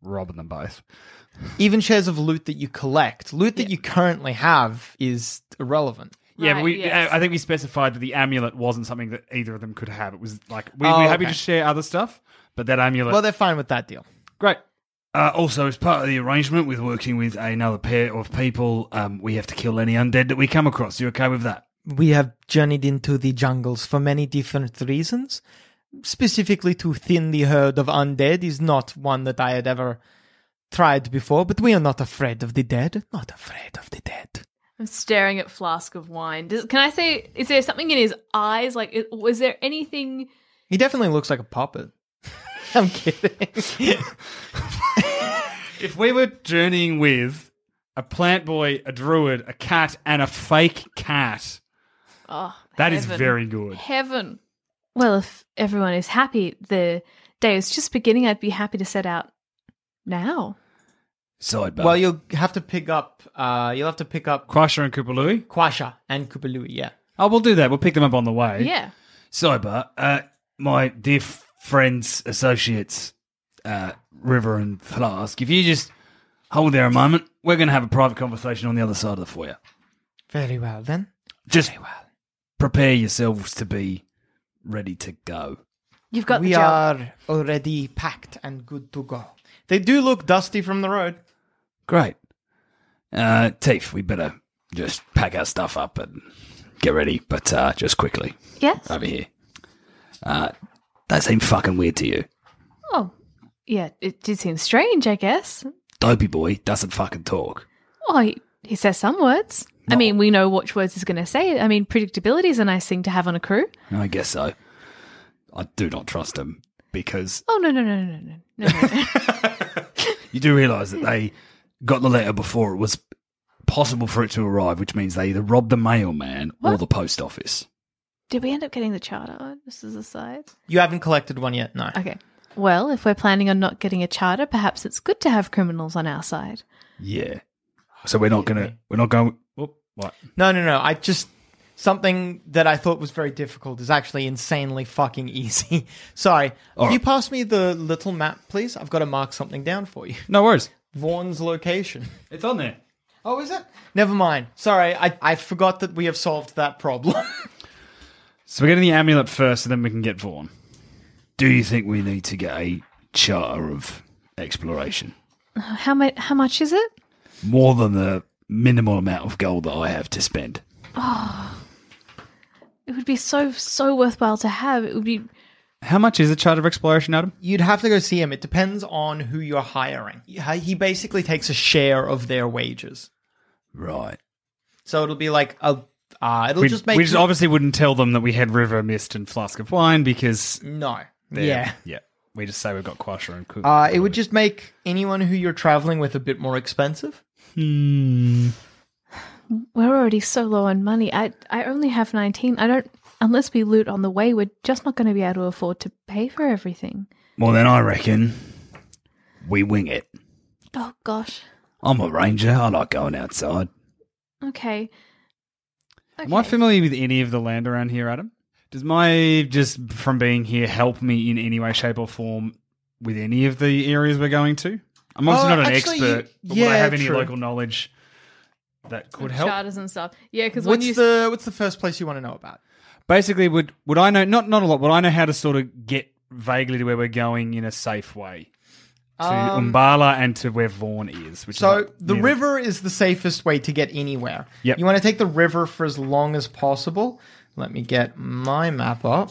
Speaker 10: robbing them both.
Speaker 8: Even shares of loot that you collect, loot that you currently have is irrelevant.
Speaker 10: yeah, but
Speaker 6: Right,
Speaker 10: we.
Speaker 6: yes.
Speaker 7: uh,
Speaker 10: I I think we specified that the amulet wasn't something that either of them could have. It was like we,
Speaker 8: Oh,
Speaker 10: we're happy
Speaker 8: okay.
Speaker 10: to share other stuff, but that amulet.
Speaker 8: Well, they're fine with that deal.
Speaker 10: great.
Speaker 7: Uh, also, as part of the arrangement with working with another pair of people, um, we have to kill any undead that we come across. You okay with that?
Speaker 8: We have journeyed into the jungles for many different reasons. Specifically, to thin the herd of undead is not one that I had ever tried before, but we are not afraid of the dead. Not afraid of the dead.
Speaker 6: I'm staring at flask of wine. Does, can I say? Is there something in his eyes? Like, i- was there anything?
Speaker 8: He definitely looks like a puppet. I'm kidding.
Speaker 12: If we were journeying with a plant boy, a druid, a cat, and a fake cat,
Speaker 6: Oh,
Speaker 12: that is
Speaker 6: heaven.
Speaker 12: very good.
Speaker 6: Heaven. Well, if everyone is happy, the day is just beginning. I'd be happy to set out now.
Speaker 7: Sidebar.
Speaker 8: well, you'll have to pick up. Uh, you'll have to pick up
Speaker 12: Quasha and Koopaloo.
Speaker 8: Quasha and Kupalui. Yeah.
Speaker 12: Oh, we'll do that. We'll pick them up on the way.
Speaker 6: Yeah.
Speaker 7: Sidebar. Uh, my dear f- friends, associates, uh, River and Flask, if you just hold there a moment, we're going to have a private conversation on the other side of the foyer.
Speaker 8: Very well then.
Speaker 7: Just prepare yourselves to be ready to go.
Speaker 6: You've got
Speaker 8: we
Speaker 6: the job.
Speaker 8: are already packed and good to go. They do look dusty from the road.
Speaker 7: Great. Uh, Teef, we better just pack our stuff up and get ready, but uh, just quickly
Speaker 6: Yes.
Speaker 7: over here. Uh, that seemed fucking weird to you.
Speaker 6: Oh, yeah. It did seem strange, I guess.
Speaker 7: Dopey boy doesn't fucking talk.
Speaker 6: Oh, he, he says some words. I mean, we know which words he's going to say. I mean, predictability is a nice thing to have on a crew.
Speaker 7: I guess so. I do not trust them because
Speaker 6: Oh no, no, no, no, no, no, no, no.
Speaker 7: you do realise that they got the letter before it was possible for it to arrive, which means they either robbed the mailman or
Speaker 6: What?
Speaker 7: the post office.
Speaker 6: Did we end up getting the charter? This is a side.
Speaker 8: You haven't collected one yet, no.
Speaker 6: Okay. Well, if we're planning on not getting a charter, perhaps it's good to have criminals on our side.
Speaker 7: Yeah. So we're not gonna. We're not going.
Speaker 12: Whoop, what?
Speaker 8: No, no, no. I just something that I thought was very difficult is actually insanely fucking easy. Sorry. Can you pass me the little map, please? I've got to mark something down for you.
Speaker 12: No worries.
Speaker 8: Vaughn's location.
Speaker 12: It's on there.
Speaker 8: Oh, is it? Never mind. Sorry, I, I forgot that we have solved that problem.
Speaker 12: So we're getting the amulet first, and then we can get Vaughn.
Speaker 7: Do you think we need to get a charter of exploration?
Speaker 6: How much? How much is it?
Speaker 7: More than the minimal amount of gold that I have to spend.
Speaker 6: It would be so so worthwhile to have. It would be
Speaker 12: How much is the chart of exploration, Adam?
Speaker 8: You'd have to go see him. It depends on who you're hiring. He he basically takes a share of their wages.
Speaker 7: Right.
Speaker 8: So it'll be like a uh, it'll
Speaker 12: We
Speaker 8: just
Speaker 12: just,
Speaker 8: make
Speaker 12: we just
Speaker 8: you-
Speaker 12: obviously wouldn't tell them that we had river mist and flask of wine because
Speaker 8: no.
Speaker 12: they're-
Speaker 8: Yeah.
Speaker 12: yeah. We just say we've got quasha and cook.
Speaker 8: Uh, it would just make anyone who you're traveling with a bit more expensive.
Speaker 7: Hmm.
Speaker 6: we're already so low on money. I I only have nineteen. I don't unless we loot on the way. We're just not going to be able to afford to pay for everything.
Speaker 7: Well, then I reckon we wing it.
Speaker 6: Oh gosh.
Speaker 7: I'm a ranger. I like going outside.
Speaker 6: Okay. okay.
Speaker 12: Am I familiar with any of the land around here, Adam? Does my just from being here help me in any way, shape, or form with any of the areas we're going to? I'm obviously
Speaker 8: Uh,
Speaker 12: not an
Speaker 8: actually,
Speaker 12: expert,
Speaker 8: you-
Speaker 12: but would I
Speaker 8: yeah,
Speaker 12: have any
Speaker 8: true.
Speaker 12: local knowledge that could help?
Speaker 6: charters and stuff. Yeah, because when
Speaker 8: What's
Speaker 6: you
Speaker 8: the what's the first place you want to know about?
Speaker 12: Basically, would would I know not not a lot, but I know how to sort of get vaguely to where we're going in a safe way to
Speaker 8: Um,
Speaker 12: Umbala and to where Vaughn is. Which
Speaker 8: So
Speaker 12: is like
Speaker 8: the
Speaker 12: near
Speaker 8: river is the safest way to get anywhere.
Speaker 12: Yep.
Speaker 8: You want to take the river for as long as possible. Let me get my map up.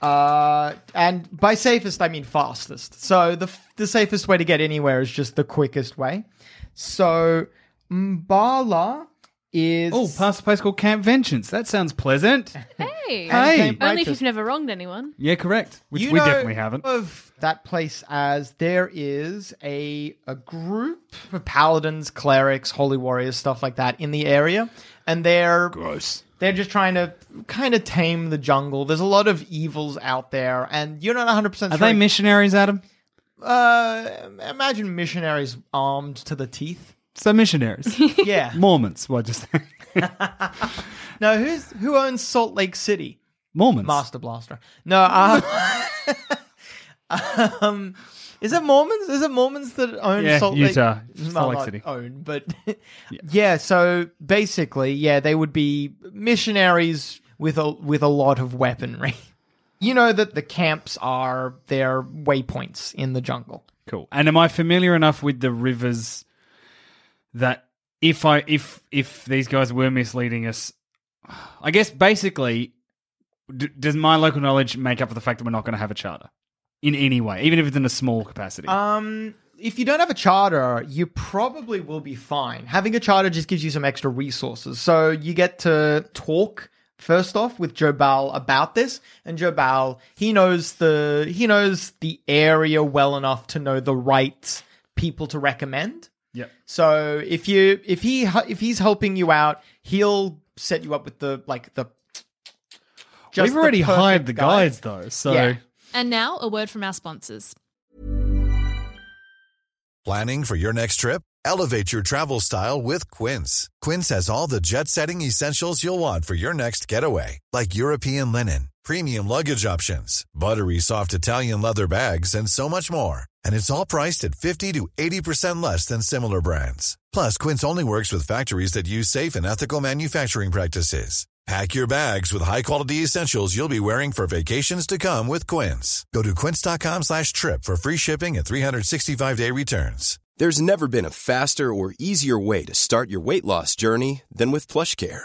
Speaker 8: Uh, and by safest, I mean fastest. So the f- the safest way to get anywhere is just the quickest way. So Mbala is
Speaker 12: Oh, past a place called Camp Vengeance. That sounds pleasant.
Speaker 6: hey,
Speaker 12: Hey.
Speaker 8: Camp
Speaker 6: only if
Speaker 8: Righteous.
Speaker 6: you've never wronged anyone.
Speaker 12: yeah, correct. Which
Speaker 8: You
Speaker 12: we
Speaker 8: know
Speaker 12: definitely haven't.
Speaker 8: Of that place as there is a a group of paladins, clerics, holy warriors, stuff like that in the area, and they're
Speaker 7: Gross.
Speaker 8: they're just trying to kind of tame the jungle. There's a lot of evils out there, and you're not 100 percent
Speaker 12: Are
Speaker 8: sure.
Speaker 12: they missionaries, Adam?
Speaker 8: uh, imagine missionaries armed to the teeth.
Speaker 12: So missionaries,
Speaker 8: Yeah.
Speaker 12: Mormons. What just
Speaker 8: no, who's who owns Salt Lake City?
Speaker 12: Mormons?
Speaker 8: Master Blaster. No. Um, um, is it Mormons? Is it Mormons that own
Speaker 12: Yeah,
Speaker 8: Salt
Speaker 12: Utah.
Speaker 8: Lake? No,
Speaker 12: Salt Lake
Speaker 8: not
Speaker 12: City.
Speaker 8: Own, but yeah. So basically, yeah, they would be missionaries with a with a lot of weaponry. You know that the camps are their waypoints in the jungle.
Speaker 10: Cool. And am I familiar enough with the rivers that if I if if these guys were misleading us, I guess basically, d- does my local knowledge make up for the fact that we're not going to have a charter in any way, even if it's in a small capacity?
Speaker 8: Um, if you don't have a charter, you probably will be fine. Having a charter just gives you some extra resources. So you get to talk first off with Jobal about this, and Jobal he knows the he knows the area well enough to know the right people to recommend.
Speaker 10: Yep.
Speaker 8: So if you if he if he's helping you out, he'll set you up with the like the. just
Speaker 10: We've already
Speaker 8: perfect
Speaker 10: hired the
Speaker 8: guy.
Speaker 10: guides though, so
Speaker 8: Yeah.
Speaker 6: And now, a word from our sponsors.
Speaker 4: Planning for your next trip? Elevate your travel style with Quince. Quince has all the jet setting essentials you'll want for your next getaway, like European linen, premium luggage options, buttery soft Italian leather bags, and so much more. And it's all priced at 50 to 80% less than similar brands. Plus, Quince only works with factories that use safe and ethical manufacturing practices. Pack your bags with high-quality essentials you'll be wearing for vacations to come with Quince. Go to quince.com slash trip for free shipping and 365-day returns.
Speaker 13: There's never been a faster or easier way to start your weight loss journey than with PlushCare.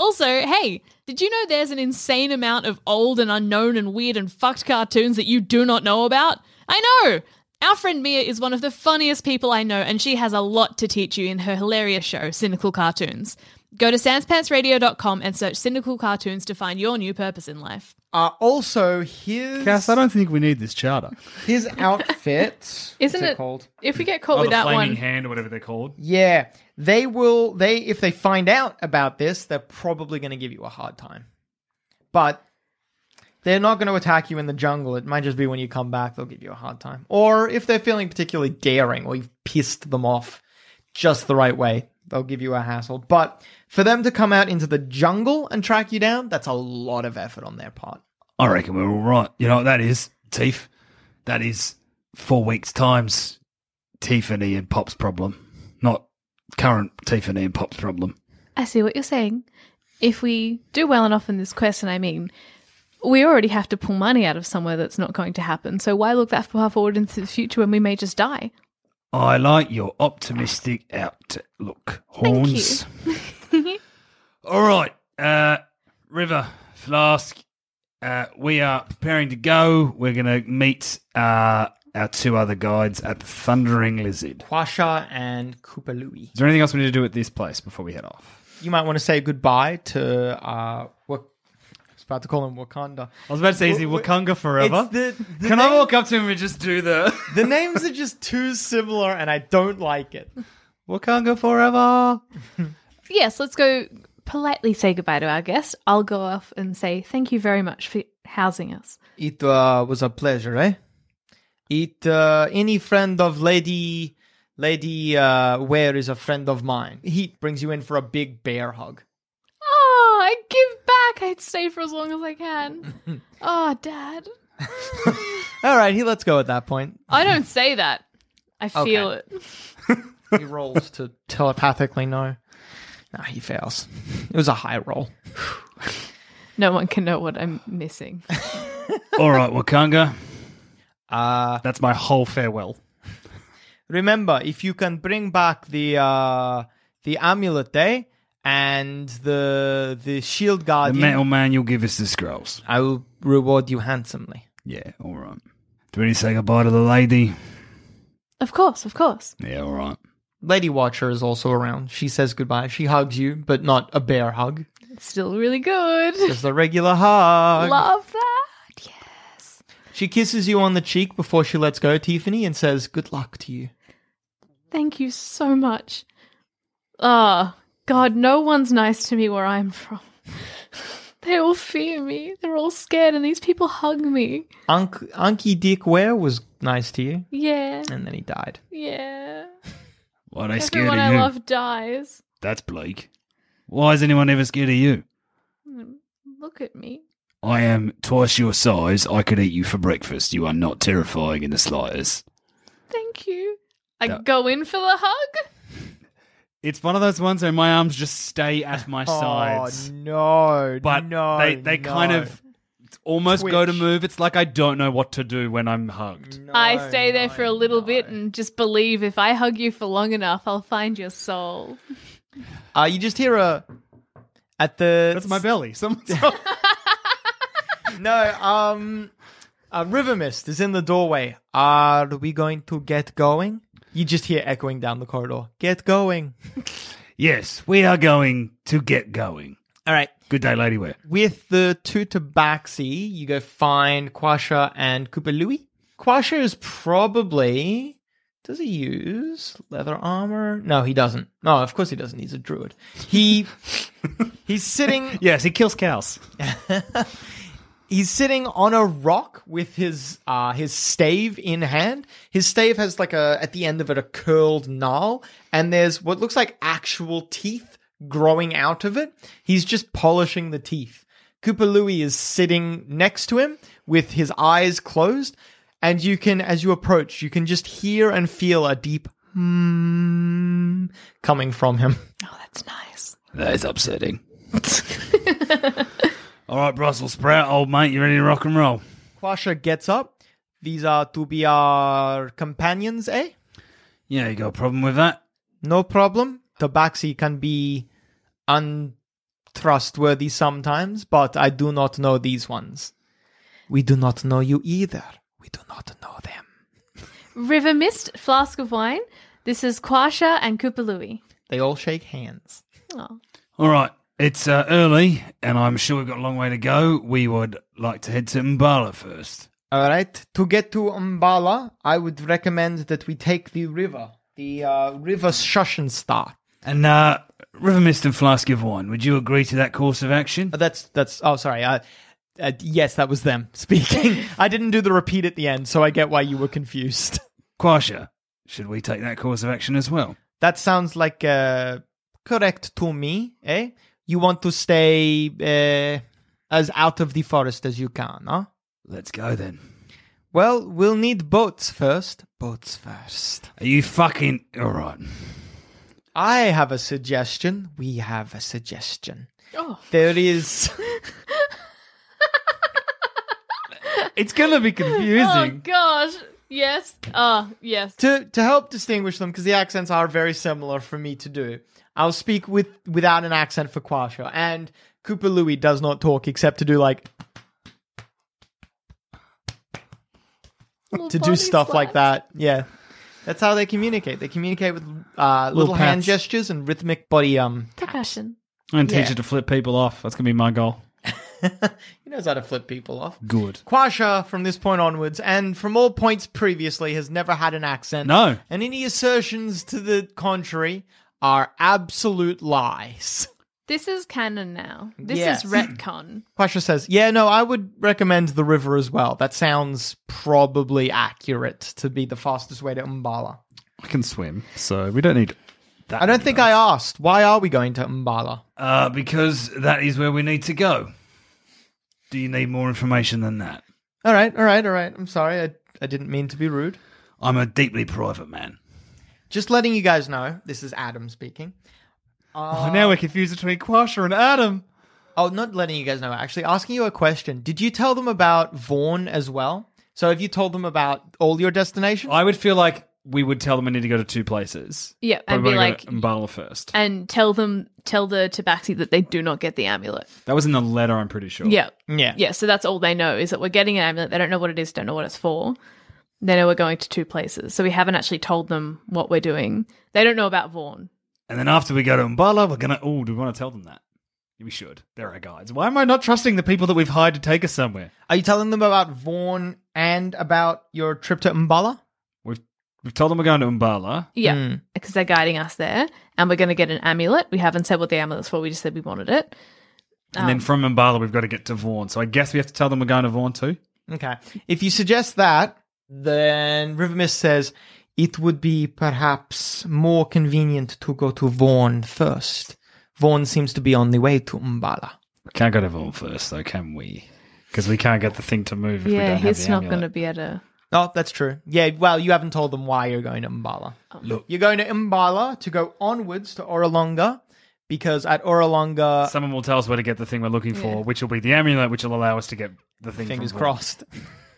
Speaker 6: Also, hey, did you know there's an insane amount of old and unknown and weird and fucked cartoons that you do not know about? I know! Our friend Mia is one of the funniest people I know, and she has a lot to teach you in her hilarious show, Cynical Cartoons. Go to sanspantsradio.com and search Cynical Cartoons to find your new purpose in life.
Speaker 8: Uh, also, his
Speaker 10: Cass, I don't think we need this charter.
Speaker 8: his outfit
Speaker 6: Isn't
Speaker 8: what's
Speaker 6: it-
Speaker 8: called?
Speaker 6: If we get caught
Speaker 10: Or
Speaker 6: with
Speaker 10: the
Speaker 6: that
Speaker 10: flaming
Speaker 6: one,
Speaker 10: hand or whatever they're called.
Speaker 8: Yeah, they will. They if they find out about this, they're probably going to give you a hard time. But they're not going to attack you in the jungle. It might just be when you come back they'll give you a hard time, or if they're feeling particularly daring or you've pissed them off just the right way, they'll give you a hassle. But for them to come out into the jungle and track you down, that's a lot of effort on their part.
Speaker 7: I reckon we're all right. You know what that is, Teef? That is four weeks' times Tiffany and Pop's problem, not current Tiffany and Pop's problem.
Speaker 6: I see what you're saying. If we do well enough in this quest, and I mean, we already have to pull money out of somewhere that's not going to happen, so why look that far forward into the future when we may just die?
Speaker 7: I like your optimistic outlook, horns. All right, uh, River Flask. Uh, we are preparing to go. We're going to meet uh, our two other guides at the Thundering Lizard.
Speaker 8: Quasha and Koopalui.
Speaker 10: Is there anything else we need to do at this place before we head off?
Speaker 8: You might want to say goodbye to uh, Wak- I was about to call him Wakanda.
Speaker 10: I was about to say, is he
Speaker 8: Wa- wa-
Speaker 10: Wakanga forever?
Speaker 8: It's the- the
Speaker 10: Can
Speaker 8: name-
Speaker 10: I walk up to him and just do the
Speaker 8: The names are just too similar, and I don't like it.
Speaker 10: Wakanga forever?
Speaker 6: Yes, let's go politely say goodbye to our guest. I'll go off and say thank you very much for housing us.
Speaker 14: It uh, was a pleasure, eh?
Speaker 8: It uh, any friend of Lady Lady uh, Ware is a friend of mine. He brings you in for a big bear hug.
Speaker 6: Oh, I give back. I'd stay for as long as I can. oh, Dad.
Speaker 8: All right, he lets go at that point.
Speaker 6: I don't say that. I feel it.
Speaker 8: He rolls to telepathically know. Nah, he fails. It was a high roll.
Speaker 6: No one can know what I'm missing.
Speaker 7: All right, Wakanga.
Speaker 8: Uh,
Speaker 10: That's my whole farewell.
Speaker 8: remember, if you can bring back the uh, the amulet, eh, and the the shield
Speaker 7: The
Speaker 8: guard,
Speaker 7: metal man, you'll give us the scrolls.
Speaker 8: I will reward you handsomely.
Speaker 7: Yeah, all right. Do we need to say goodbye to the lady?
Speaker 6: Of course, of course.
Speaker 7: Yeah, all right.
Speaker 8: Lady Watcher is also around. She says goodbye. She hugs you, but not a bear hug.
Speaker 6: It's still really good.
Speaker 8: Just a regular hug.
Speaker 6: Love that. Yeah.
Speaker 8: She kisses you on the cheek before she lets go, Tiffany, and says, Good luck to you.
Speaker 6: Thank you so much. Ah, God, no one's nice to me where I'm from. they all fear me. They're all scared, and these people hug me.
Speaker 8: Unc- Unky Dick Ware was nice to you,
Speaker 6: Yeah,
Speaker 8: and then he died.
Speaker 6: yeah.
Speaker 7: Why are they scared
Speaker 6: Everyone
Speaker 7: of
Speaker 6: I
Speaker 7: you?
Speaker 6: love dies.
Speaker 7: That's bleak.
Speaker 15: Why is anyone ever scared of you?
Speaker 6: Look at me.
Speaker 15: I am twice your size. I could eat you for breakfast. You are not terrifying in the slightest.
Speaker 6: Thank you. I
Speaker 10: No.
Speaker 6: go in for the hug.
Speaker 10: It's one of those ones where my arms just stay at my
Speaker 8: Oh,
Speaker 10: sides.
Speaker 8: no.
Speaker 10: But
Speaker 8: no,
Speaker 10: they, they kind
Speaker 8: no.
Speaker 10: of almost go to move. It's like I don't know what to do when I'm hugged.
Speaker 6: I stay there for a little bit and just believe if I hug you for long enough, I'll find your soul.
Speaker 8: Uh, you just hear a at the.
Speaker 10: That's my belly. Some.
Speaker 8: no. Um. Uh, River Mist is in the doorway. Are we going to get going? You just hear echoing down the corridor. Get going.
Speaker 7: Yes, we are going to get going.
Speaker 8: All right.
Speaker 7: Good day, Lady Wear.
Speaker 8: With the two tabaxi, you go find Quasha and Koopa Louie. Quasha is probably. Does he use leather armor? No, he doesn't. No, of course he doesn't. He's a druid. He he's sitting.
Speaker 10: yes, he kills cows.
Speaker 8: He's sitting on a rock with his uh, his stave in hand. His stave has like a at the end of it a curled gnarl, and there's what looks like actual teeth growing out of it. He's just polishing the teeth. Koopa Louie is sitting next to him with his eyes closed, and you can, as you approach, you can just hear and feel a deep hmm coming from him.
Speaker 15: That is upsetting.
Speaker 7: All right, Brussels sprout, old mate, you ready to rock and roll?
Speaker 8: Quasha gets up. These are to be our companions, eh?
Speaker 7: Yeah, you got a problem with that?
Speaker 8: No problem. Tabaxi can be untrustworthy sometimes, but I do not know these ones. We do not know you either.
Speaker 6: River Mist, flask of wine. This is Quasha and Koopa Louie.
Speaker 8: They all shake hands.
Speaker 6: Oh.
Speaker 7: All right, it's uh, early, and I'm sure we've got a long way to go. We would like to head to Mbala first.
Speaker 8: All right. To get to Umbala, I would recommend that we take the river, the uh, River Shushanstar.
Speaker 7: And uh, River Mist and Flask of Wine, would you agree to that course of action?
Speaker 8: That's that's. Oh, sorry. Uh, uh, yes, that was them speaking. I didn't do the repeat at the end, so I get why you were confused.
Speaker 7: Quasha, should we take that course of action as well?
Speaker 8: That sounds like uh, correct to me, eh? You want to stay uh, as out of the forest as you can, huh?
Speaker 7: Let's go then.
Speaker 8: Well, we'll need boats first. Boats first.
Speaker 7: Are you fucking. All right.
Speaker 8: I have a suggestion. We have a suggestion.
Speaker 6: Oh.
Speaker 8: There is.
Speaker 10: it's gonna be
Speaker 6: oh,
Speaker 8: confusing.
Speaker 6: gosh. Yes. Oh, yes.
Speaker 8: to to help distinguish them because the accents are very similar for me to do. I'll speak with without an accent for Quasha, and Cooper Louie does not talk except to do like to do stuff like that. Yeah, that's how they communicate. They communicate with uh,
Speaker 10: Little
Speaker 8: little, hand
Speaker 10: pats.
Speaker 8: gestures and rhythmic body. Um,
Speaker 6: Percussion.
Speaker 10: And teach
Speaker 8: Yeah.
Speaker 10: it to flip people off. That's gonna be my goal.
Speaker 8: he knows how to flip people off.
Speaker 10: Good.
Speaker 8: Quasha, from this point onwards, and from all points previously, has never had an accent.
Speaker 10: No.
Speaker 8: And any assertions to the contrary are absolute lies.
Speaker 6: This is canon now. This
Speaker 8: Yes.
Speaker 6: is retcon.
Speaker 8: Quasha says, Yeah, no, I would recommend the river as well. That sounds probably accurate to be the fastest way to Umbala.
Speaker 10: I can swim, so we don't need.
Speaker 8: I don't think I asked, why are we going to Umbala?
Speaker 7: Uh, because that is where we need to go. Do you need more information than that?
Speaker 8: All right, all right, all right. I'm sorry. I, I didn't mean to be rude.
Speaker 7: I'm a deeply private man.
Speaker 8: Just letting you guys know, this is Adam speaking. Uh,
Speaker 10: Oh, now we're confused between Quasha and Adam.
Speaker 8: Oh, not letting you guys know. Actually, asking you a question. Did you tell them about Vaughn as well? So have you told them about all your destinations?
Speaker 10: I would feel like we would tell them we need to go to two places.
Speaker 6: Yeah,
Speaker 10: But
Speaker 6: and
Speaker 10: we
Speaker 6: be
Speaker 10: wanna go
Speaker 6: like, uh,
Speaker 10: to Mbala first.
Speaker 6: and tell them, tell the Tabaxi that they do not get the amulet.
Speaker 10: That was in the letter, I'm pretty
Speaker 11: Oh.
Speaker 10: sure.
Speaker 6: Yeah.
Speaker 8: Yeah.
Speaker 6: Yeah. So that's all they know is that we're getting an amulet. They don't know what it is, don't know what it's for. They know we're going to two places. So we haven't actually told them what we're doing. They don't know about Vaughn.
Speaker 7: And then after we go to Mbala, we're going to.
Speaker 10: Oh, do we want to tell them that? We should. They're our guides. Why am I not trusting the people that we've hired to take us somewhere?
Speaker 8: Are you telling them about Vaughn and about your trip to Umbala?
Speaker 10: We've we've told them we're going to Umbala.
Speaker 8: Hmm.
Speaker 6: Yeah. Because they're guiding us there. And we're going to get an amulet. We haven't said what the amulet's for. We just said we wanted it.
Speaker 10: And then
Speaker 6: Um,
Speaker 10: from Umbala, we've got to get to Vaughan. So I guess we have to tell
Speaker 8: Hmm,
Speaker 10: them we're going to Vaughan too.
Speaker 8: Okay. If you suggest that, then Rivermist says, it would be perhaps more convenient to go to Vaughan first. Vaughan seems to be on the way to Umbala.
Speaker 11: We can't go to Vaughan first, though, can we? Because we can't get the thing to move. If we
Speaker 6: yeah,
Speaker 11: don't have
Speaker 6: he's
Speaker 11: the
Speaker 6: not
Speaker 11: amulet.
Speaker 6: going to be able to.
Speaker 8: Oh, that's true. Yeah, well, you haven't told them why you're going to Mbala.
Speaker 6: Oh.
Speaker 11: Look,
Speaker 8: You're going to Mbala to go onwards to Orolonga because at Orolonga,
Speaker 11: someone will tell us where to get the thing we're looking for, which will be the amulet, which will allow us to get the thing.
Speaker 8: fingers
Speaker 11: from Vaughan.
Speaker 8: crossed.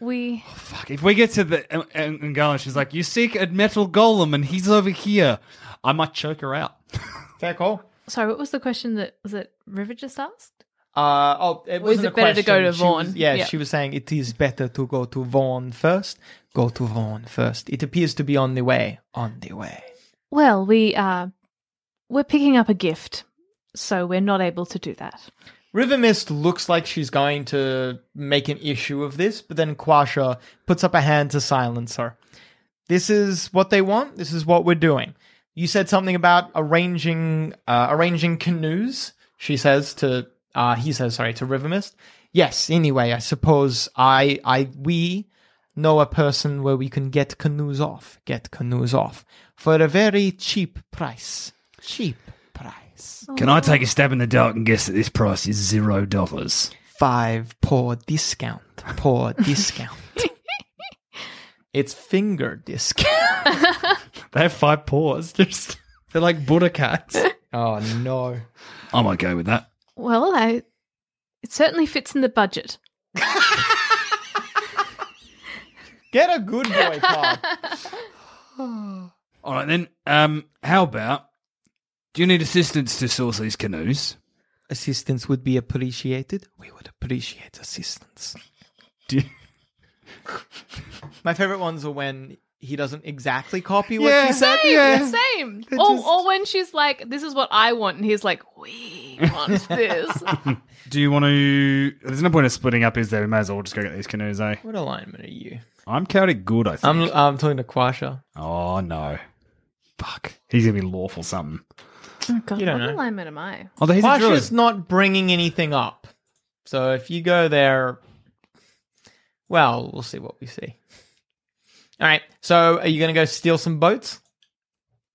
Speaker 6: We
Speaker 11: Fuck, if we get to the and- and and Garland, she's like, "You seek a metal golem, and he's over here." I might choke her out.
Speaker 8: Fair call.
Speaker 6: sorry. What was the question that was it? River just asked.
Speaker 8: Uh, oh, it
Speaker 6: Or
Speaker 8: was
Speaker 6: is it better to go to Vaughan?
Speaker 8: yeah,
Speaker 6: Yeah.
Speaker 8: she was saying it is better to go to Vaughan first. Go to Vaughan first. It appears to be on the way. On the way.
Speaker 6: Well, we uh, we're picking up a gift, so we're not able to do that.
Speaker 8: River Mist looks like she's going to make an issue of this, but then Quasha puts up a hand to silence her. This is what they want. This is what we're doing. You said something about arranging uh, arranging canoes. She says to uh, he says sorry to River Mist. Yes. Anyway, I suppose I I we know a person where we can get canoes off. Get canoes off for a very cheap price. Cheap price.
Speaker 7: Can I take a stab in the dark and guess that this price is zero dollars?
Speaker 8: five poor discount poor discount it's finger discount
Speaker 11: They have five paws. Just they're like Buddha cats.
Speaker 8: oh no
Speaker 7: I'm okay with that.
Speaker 6: Well, I it certainly fits in the budget.
Speaker 8: get a good boy card
Speaker 7: All right then. Um, how about? Do you need assistance to source these canoes?
Speaker 8: assistance would be appreciated we would appreciate assistance
Speaker 11: Do you-
Speaker 8: my favorite ones are when he doesn't exactly copy what
Speaker 11: Yeah.
Speaker 8: she said
Speaker 6: Same,
Speaker 11: Yeah.
Speaker 6: same.
Speaker 11: It
Speaker 6: Or,
Speaker 11: just-
Speaker 6: or when she's like, "This is what I want," and he's like, "We want this."
Speaker 11: Do you want to? There's no point in splitting up, is there? We may as well just go get these canoes, eh?
Speaker 8: what alignment are you
Speaker 11: I'm counting good, I think.
Speaker 7: Um,
Speaker 8: i'm i'm talking to quasha
Speaker 11: Oh no, fuck! He's gonna be lawful something.
Speaker 6: oh God,
Speaker 8: You don't
Speaker 6: what
Speaker 8: know.
Speaker 6: alignment am I?
Speaker 11: Although he's a druid.
Speaker 8: quasha's not bringing anything up so if you go there well we'll see what we see all right so are you going to go steal some boats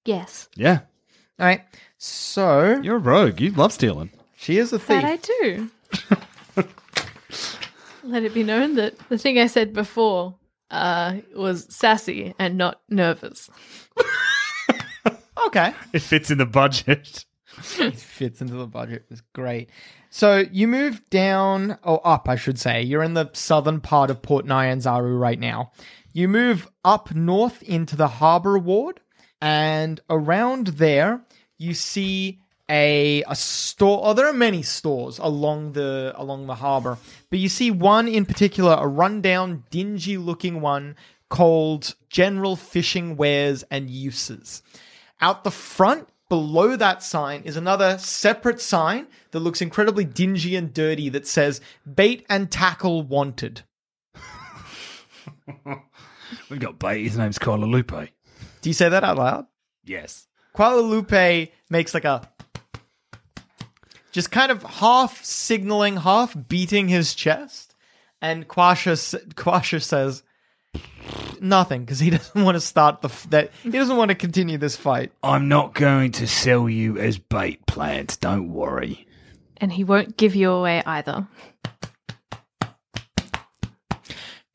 Speaker 6: Yes,
Speaker 11: Yeah,
Speaker 8: All right. So
Speaker 11: you're a rogue. You love stealing.
Speaker 8: she is a
Speaker 6: that
Speaker 8: thief.
Speaker 6: I do. Let it be known that the thing I said before uh, was sassy and not nervous.
Speaker 8: okay.
Speaker 11: It fits in the budget.
Speaker 8: it fits into the budget. It's great. So you move down or up, I should say. You're in the southern part of Port Nyanzaru right now. You move up north into the harbor ward, and around there you see a, a store. Oh, there are many stores along the along the harbor, but you see one in particular, a rundown, dingy-looking one called General Fishing Wares and Uses. Out the front, below that sign, is another separate sign that looks incredibly dingy and dirty that says bait and tackle wanted.
Speaker 7: We've got bait. His name's Kyla Lupe.
Speaker 8: Do you say that out loud?
Speaker 7: Yes.
Speaker 8: Kuala Lupe makes like a just kind of half signaling, half beating his chest. And Quasha, s- Quasha says nothing because he doesn't want to start the f- that he doesn't want to continue this fight.
Speaker 7: I'm not going to sell you as bait plant. Don't worry.
Speaker 6: And he won't give you away either.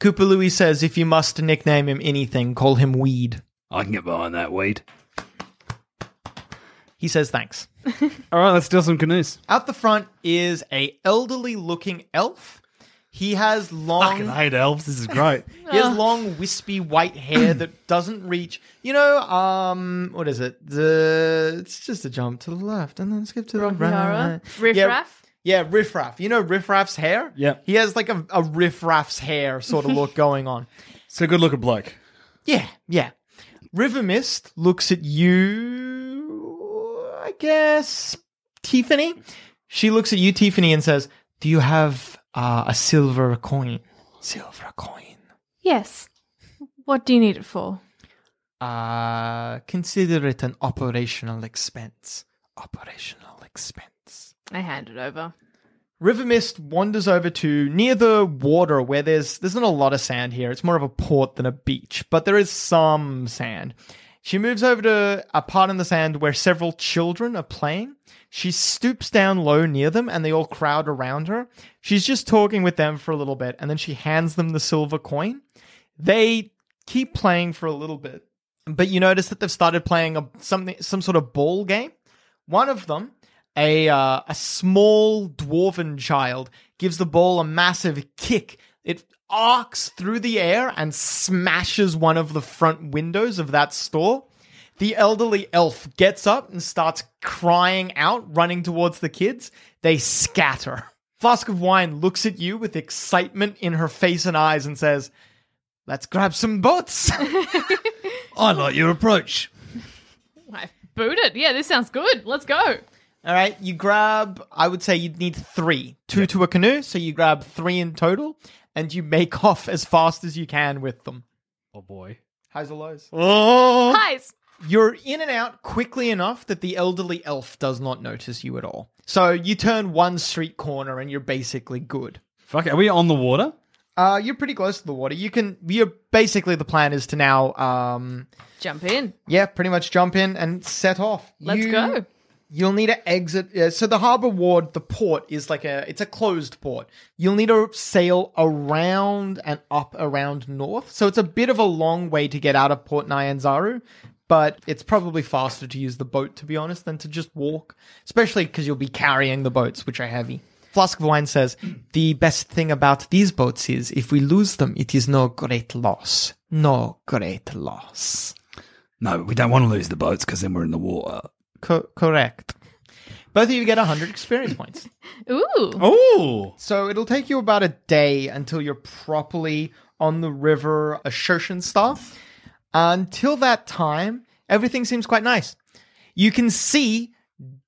Speaker 8: Koopa Louie says if you must nickname him anything, call him Weed.
Speaker 7: I can get behind that weed.
Speaker 8: He says thanks.
Speaker 11: All right, let's steal some canoes.
Speaker 8: Out the front is a elderly looking elf. He has long
Speaker 11: hate elves. This is great.
Speaker 8: He has long, wispy white hair that doesn't reach. You know, um, what is it? The it's just a jump to the left and then skip to the right.
Speaker 6: Yara, riff
Speaker 8: yeah,
Speaker 6: raff.
Speaker 8: Yeah, riffraff. You know riffraff's hair.
Speaker 11: Yeah.
Speaker 8: he has like a, a riffraff's hair sort of look going on.
Speaker 11: so good looking bloke.
Speaker 8: Yeah, yeah. River Mist looks at you, I guess, Tiffany. She looks at you, Tiffany, and says, "Do you have uh, a silver coin? Silver coin."
Speaker 6: Yes. What do you need it for?
Speaker 8: Uh, consider it an operational expense. Operational expense.
Speaker 6: I hand it over.
Speaker 8: River Mist wanders over to near the water where there's there's not a lot of sand here. It's more of a port than a beach, but there is some sand. She moves over to a part in the sand where several children are playing. She stoops down low near them and they all crowd around her. She's just talking with them for a little bit and then she hands them the silver coin. They keep playing for a little bit, but you notice that they've started playing a, something, some sort of ball game. One of them, a uh, a small dwarven child, gives the ball a massive kick. It arcs through the air and smashes one of the front windows of that store. The elderly elf gets up and starts crying out, running towards the kids. They scatter. Flask of Wine looks at you with excitement in her face and eyes and says, Let's grab some boats.
Speaker 7: I like your approach.
Speaker 6: I boot it. Yeah, this sounds good. Let's go.
Speaker 8: All right, you grab, I would say you'd need three. Two to a canoe, so you grab three in total, and you make off as fast as you can with them.
Speaker 10: Oh boy.
Speaker 8: Highs or lows?
Speaker 10: Oh.
Speaker 6: Highs.
Speaker 8: You're in and out quickly enough that the elderly elf does not notice you at all. So you turn one street corner and you're basically good.
Speaker 10: Fuck, are we on the water?
Speaker 8: Uh, you're pretty close to the water. You can, you're basically the plan is to now, um,
Speaker 6: Jump in.
Speaker 8: yeah, pretty much jump in and set off.
Speaker 6: Let's
Speaker 8: You-
Speaker 6: go.
Speaker 8: You'll need to exit. Yeah, so the harbor ward, the port is like a it's a closed port. You'll need to sail around and up around north. So it's a bit of a long way to get out of Port Nyanzaru, but it's probably faster to use the boat to be honest than to just walk, especially because you'll be carrying the boats which are heavy. Flask of Wine says, "The best thing about these boats is if we lose them, it is no great loss. No great loss."
Speaker 7: No, we don't want to lose the boats because then we're in the water.
Speaker 8: Co- correct. Both of you get 100 experience points.
Speaker 6: Ooh.
Speaker 10: Oh.
Speaker 8: So it'll take you about a day until you're properly on the river Ashoshan Star. Until that time, everything seems quite nice. You can see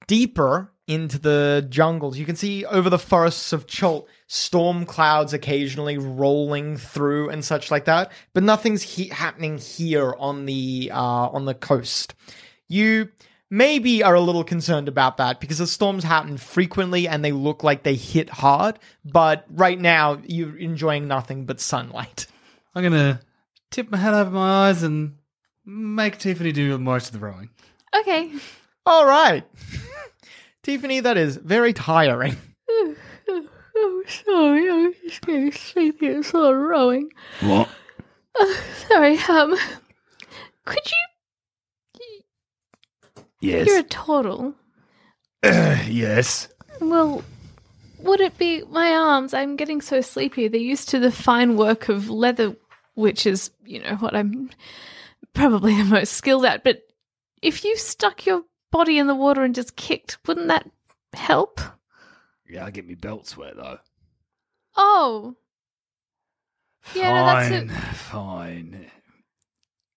Speaker 8: deeper into the jungles. You can see over the forests of Cholt, storm clouds occasionally rolling through and such like that. But nothing's he- happening here on the uh, on the coast. You maybe are a little concerned about that because the storms happen frequently and they look like they hit hard. But right now, you're enjoying nothing but sunlight.
Speaker 11: I'm gonna tip my head over my eyes and make Tiffany do most of the rowing.
Speaker 6: Okay.
Speaker 8: All right, Tiffany, that is very tiring.
Speaker 6: Oh, sorry. I'm just getting sleepy. It's all rowing.
Speaker 7: What?
Speaker 6: Sorry. Um, could you?
Speaker 7: Yes.
Speaker 6: You're a turtle.
Speaker 7: yes.
Speaker 6: Well, would it be my arms? I'm getting so sleepy. They're used to the fine work of leather, which is, you know, what I'm probably the most skilled at. But if you stuck your body in the water and just kicked, wouldn't that help?
Speaker 7: Yeah, I get me belts wet though.
Speaker 6: Oh, Yeah, no, that's
Speaker 7: fine,
Speaker 6: it.
Speaker 7: fine.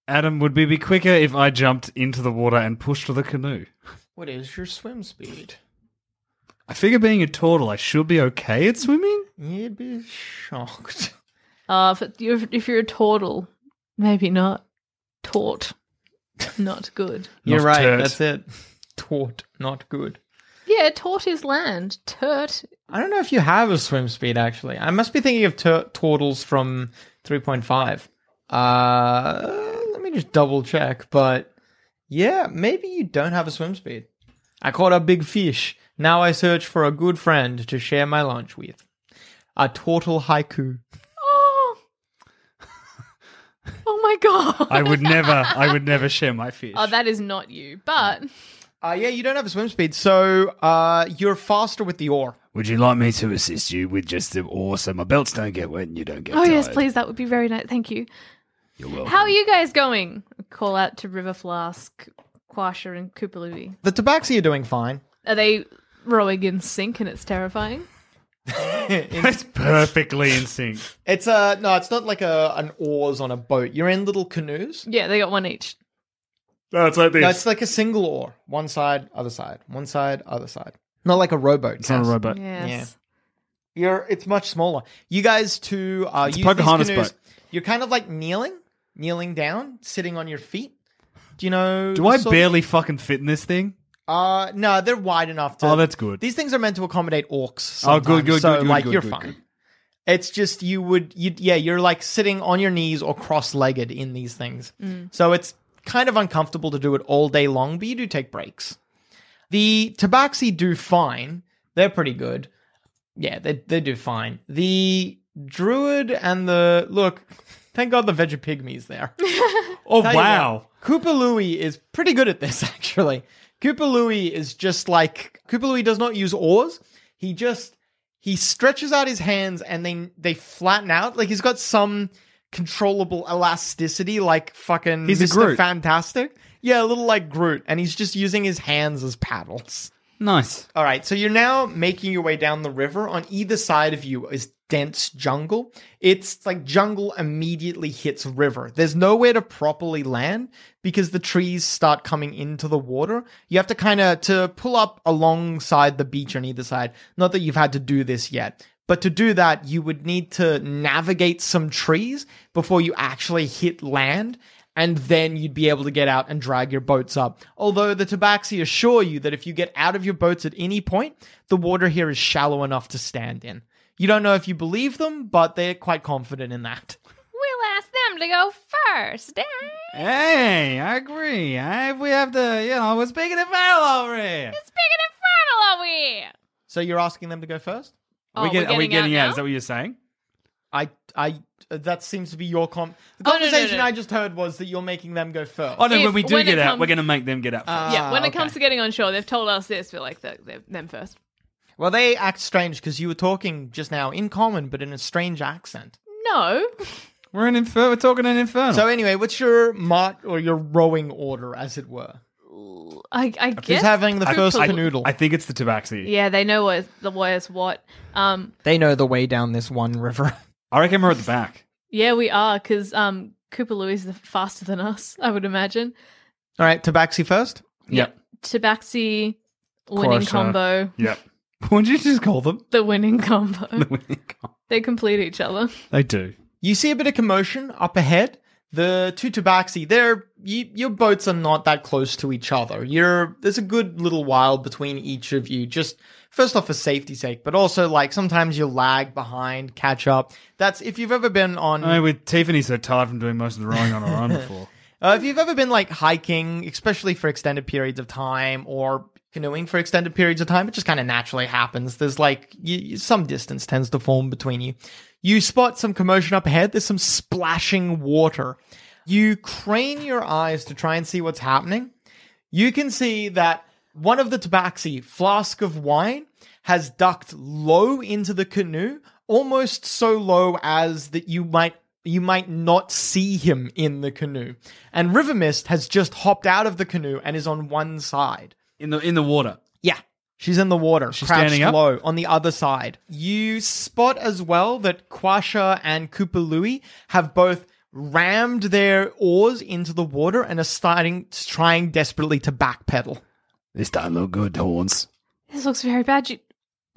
Speaker 10: Adam, would we be quicker if I jumped into the water and pushed the canoe?
Speaker 8: What is your swim speed?
Speaker 10: I figure being a turtle, I should be okay at swimming.
Speaker 8: You'd be shocked.
Speaker 6: uh, if, it- if if you're a turtle, maybe not. Taut, not good.
Speaker 8: You're
Speaker 10: Not
Speaker 8: right.
Speaker 10: turt.
Speaker 8: That's it. Taut, not good.
Speaker 6: Yeah, taut is land. Turt.
Speaker 8: I don't know if you have a swim speed actually. I must be thinking of tur- turtles from 3.5. Uh, let me just double check. But yeah, maybe you don't have a swim speed. I caught a big fish. Now I search for a good friend to share my lunch with. A turtle haiku.
Speaker 6: Oh, oh my god.
Speaker 10: I would never, I would never share my fish.
Speaker 6: Oh, that is not you, but
Speaker 8: Uh, yeah, you don't have a swim speed, so uh, you're faster with the oar.
Speaker 7: Would you like me to assist you with just the oar so my belts don't get wet and you don't get
Speaker 6: oh
Speaker 7: tired?
Speaker 6: yes, please, that would be very nice. Thank you.
Speaker 7: You're welcome.
Speaker 6: How are you guys going? Call out to River Flask, Quasha, and Koopaloo.
Speaker 8: The tabaxi are doing fine.
Speaker 6: Are they rowing in sync and it's terrifying?
Speaker 10: That's perfectly in sync.
Speaker 8: It's uh no, it's not like a an oars on a boat. You're in little canoes.
Speaker 6: Yeah, they got one each.
Speaker 10: No, it's like
Speaker 8: No, it's like a single oar. One side, other side. One side, other side. Not like a rowboat.
Speaker 10: It's not a
Speaker 8: Cass.
Speaker 10: robot.
Speaker 6: Yes.
Speaker 8: You're it's much smaller. You guys to uh
Speaker 10: It's a
Speaker 8: use these
Speaker 10: Pocahontas
Speaker 8: canoes.
Speaker 10: boat.
Speaker 8: You're kind of like kneeling, kneeling down, sitting on your feet. Do you know
Speaker 10: Do
Speaker 8: the
Speaker 10: I
Speaker 8: sort-
Speaker 10: barely fucking fit in this thing?
Speaker 8: Uh, no, they're wide enough to.
Speaker 10: Oh, that's good.
Speaker 8: These things are meant to accommodate orcs.
Speaker 10: Oh, good,
Speaker 8: sometimes,
Speaker 10: good,
Speaker 8: so,
Speaker 10: good, good,
Speaker 8: Like
Speaker 10: good,
Speaker 8: you're
Speaker 10: good,
Speaker 8: fine.
Speaker 10: good.
Speaker 8: It's just you would you yeah you're like sitting on your knees or cross-legged in these things,
Speaker 16: Mm.
Speaker 8: so it's kind of uncomfortable to do it all day long. But you do take breaks. The tabaxi do fine; they're pretty good. Yeah, they they do fine. The druid and the look, thank God the veggie pygmy's there.
Speaker 10: Oh,
Speaker 8: Tell you
Speaker 10: wow.
Speaker 8: what, Koopa Louie is pretty good at this, actually. Koopa Louie is just like Koopa Louie does not use oars. He just he stretches out his hands and they they flatten out. Like he's got some controllable elasticity, like fucking
Speaker 10: He's a
Speaker 8: Mr.
Speaker 10: Groot.
Speaker 8: Fantastic. Yeah, a little like Groot, and he's just using his hands as paddles.
Speaker 10: Nice.
Speaker 8: All right, so you're now making your way down the river. On either side of you is dense jungle. It's like jungle immediately hits river. There's nowhere to properly land because the trees start coming into the water. You have to kind of to pull up alongside the beach on either side. Not that you've had to do this yet, but to do that you would need to navigate some trees before you actually hit land and then you'd be able to get out and drag your boats up. Although the tabaxi assure you that if you get out of your boats at any point, the water here is shallow enough to stand in. You don't know if you believe them, but they're quite confident in that.
Speaker 16: We'll ask them to go first. eh?
Speaker 10: Hey, I agree. I, we have to, you know, we're speaking of Val over here.
Speaker 16: Speaking of fertile, are we?
Speaker 8: So you're asking them to go first?
Speaker 10: Are we Oh, get- we're are we getting out getting out? now? Is that what you're saying?
Speaker 8: I, I, uh, that seems to be your com. The
Speaker 10: Oh, no, no,
Speaker 8: conversation
Speaker 10: no.
Speaker 8: I just heard was that you're making them go first.
Speaker 10: Oh, no, when Uh, we do get out, we're going to make them get out.
Speaker 8: Ah,
Speaker 6: yeah, when it
Speaker 8: okay.
Speaker 6: comes to getting on shore, they've told us this. We're like, they're, they're them first.
Speaker 8: Well, they act strange because you were talking just now in common, but in a strange accent.
Speaker 6: No.
Speaker 10: We're in infer- We're talking in infernal.
Speaker 8: So anyway, what's your mot or your rowing order, as it were?
Speaker 6: I, I guess.
Speaker 10: I,
Speaker 8: canoodle.
Speaker 10: I think it's the tabaxi.
Speaker 6: Yeah, they know what the what is what. Um,
Speaker 8: They know the way down this one river.
Speaker 10: I reckon we're at the back.
Speaker 6: yeah, we are because um, Cooper Louis is faster than us. I would imagine.
Speaker 8: All right, Tabaxi first.
Speaker 10: Yep.
Speaker 6: Tabaxi winning
Speaker 10: Coruscant.
Speaker 6: combo.
Speaker 10: Yep. Wouldn't you just call them?
Speaker 6: The winning combo. They complete each other.
Speaker 10: They do.
Speaker 8: You see a bit of commotion up ahead. The two tabaxi, they're, you, your boats are not that close to each other. You're, there's a good little while between each of you, just first off for safety's sake, but also like sometimes you lag behind, catch up. That's, if you've ever been on.
Speaker 10: I mean, with Tiffany's so tired from doing most of the rowing on her own before.
Speaker 8: Uh, if you've ever been like hiking, especially for extended periods of time, or canoeing for extended periods of time, it just kind of naturally happens. There's like you, you- some distance tends to form between you. You spot some commotion up ahead. There's some splashing water. You crane your eyes to try and see what's happening. You can see that one of the tabaxi, flask of wine, has ducked low into the canoe, almost so low as that you might you might not see him in the canoe. And River Mist has just hopped out of the canoe and is on one side.
Speaker 10: In the in the water.
Speaker 8: Yeah. She's in the water, She's crouched
Speaker 10: standing up?
Speaker 8: low on the other side. You spot as well that Quasha and Koopa Louie have both rammed their oars into the water and are starting trying desperately to backpedal.
Speaker 15: This don't look good, horns.
Speaker 6: This looks very bad. You,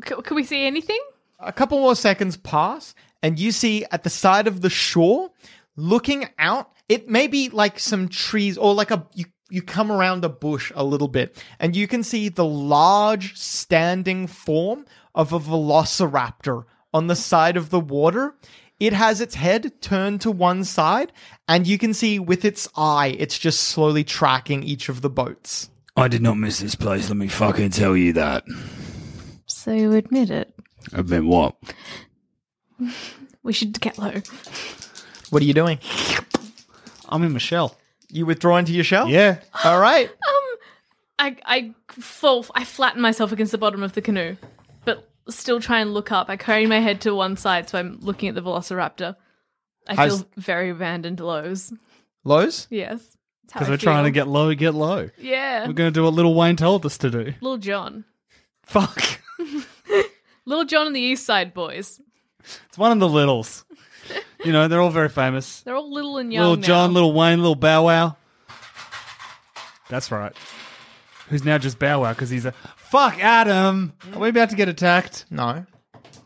Speaker 6: c- can we see anything?
Speaker 8: A couple more seconds pass, and you see at the side of the shore, looking out, it may be like some trees or like a you you come around a bush a little bit, and you can see the large standing form of a velociraptor on the side of the water. It has its head turned to one side, and you can see with its eye, it's just slowly tracking each of the boats.
Speaker 15: I did not miss this place, let me fucking tell you that.
Speaker 6: So you admit it.
Speaker 15: I've been what?
Speaker 6: We should get low.
Speaker 8: What are you doing?
Speaker 10: I'm in my shell.
Speaker 8: You withdraw into your shell?
Speaker 10: Yeah.
Speaker 8: All right.
Speaker 6: I I fall. I flatten myself against the bottom of the canoe, but still try and look up. I crane my head to one side, so I'm looking at the velociraptor. I feel
Speaker 8: How's-
Speaker 6: very abandoned, lows.
Speaker 8: Lows?
Speaker 6: Yes, That's how
Speaker 10: Because
Speaker 6: I
Speaker 10: we're trying to
Speaker 6: feel.
Speaker 10: get low, get low.
Speaker 6: Yeah.
Speaker 10: We're going to do what Little Wayne told us to do.
Speaker 6: Little John,
Speaker 10: Fuck.
Speaker 6: Little John and the East Side Boys.
Speaker 10: It's one of the littles. you know, they're all very famous.
Speaker 6: They're all little and young.
Speaker 10: Little John,
Speaker 6: now.
Speaker 10: Little Wayne, Little Bow Wow. That's right. Who's now just Bow Wow because he's a. Fuck, Adam! Are we about to get attacked?
Speaker 8: No.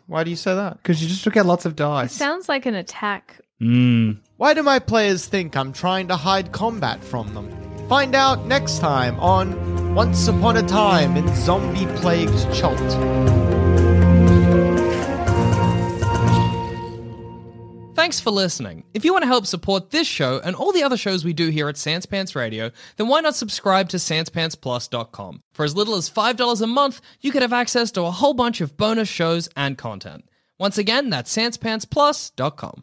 Speaker 8: Why do you say that?
Speaker 10: Because you just took out lots of
Speaker 6: It
Speaker 10: dice.
Speaker 6: sounds like an attack.
Speaker 10: Mmm.
Speaker 8: Why do my players think I'm trying to hide combat from them? Find out next time on Once Upon a Time in Zombie Plague's Chult.
Speaker 4: Thanks for listening. If you want to help support this show and all the other shows we do here at Sans Pants Radio, then why not subscribe to SansPantsPlus.com? For as little as $5 a month, you could have access to a whole bunch of bonus shows and content. Once again, that's SansPantsPlus.com.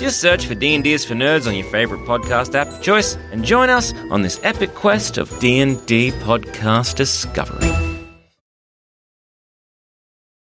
Speaker 3: Just search for D&D is for Nerds on your favorite podcast app of choice and join us on this epic quest of D&D podcast discovery.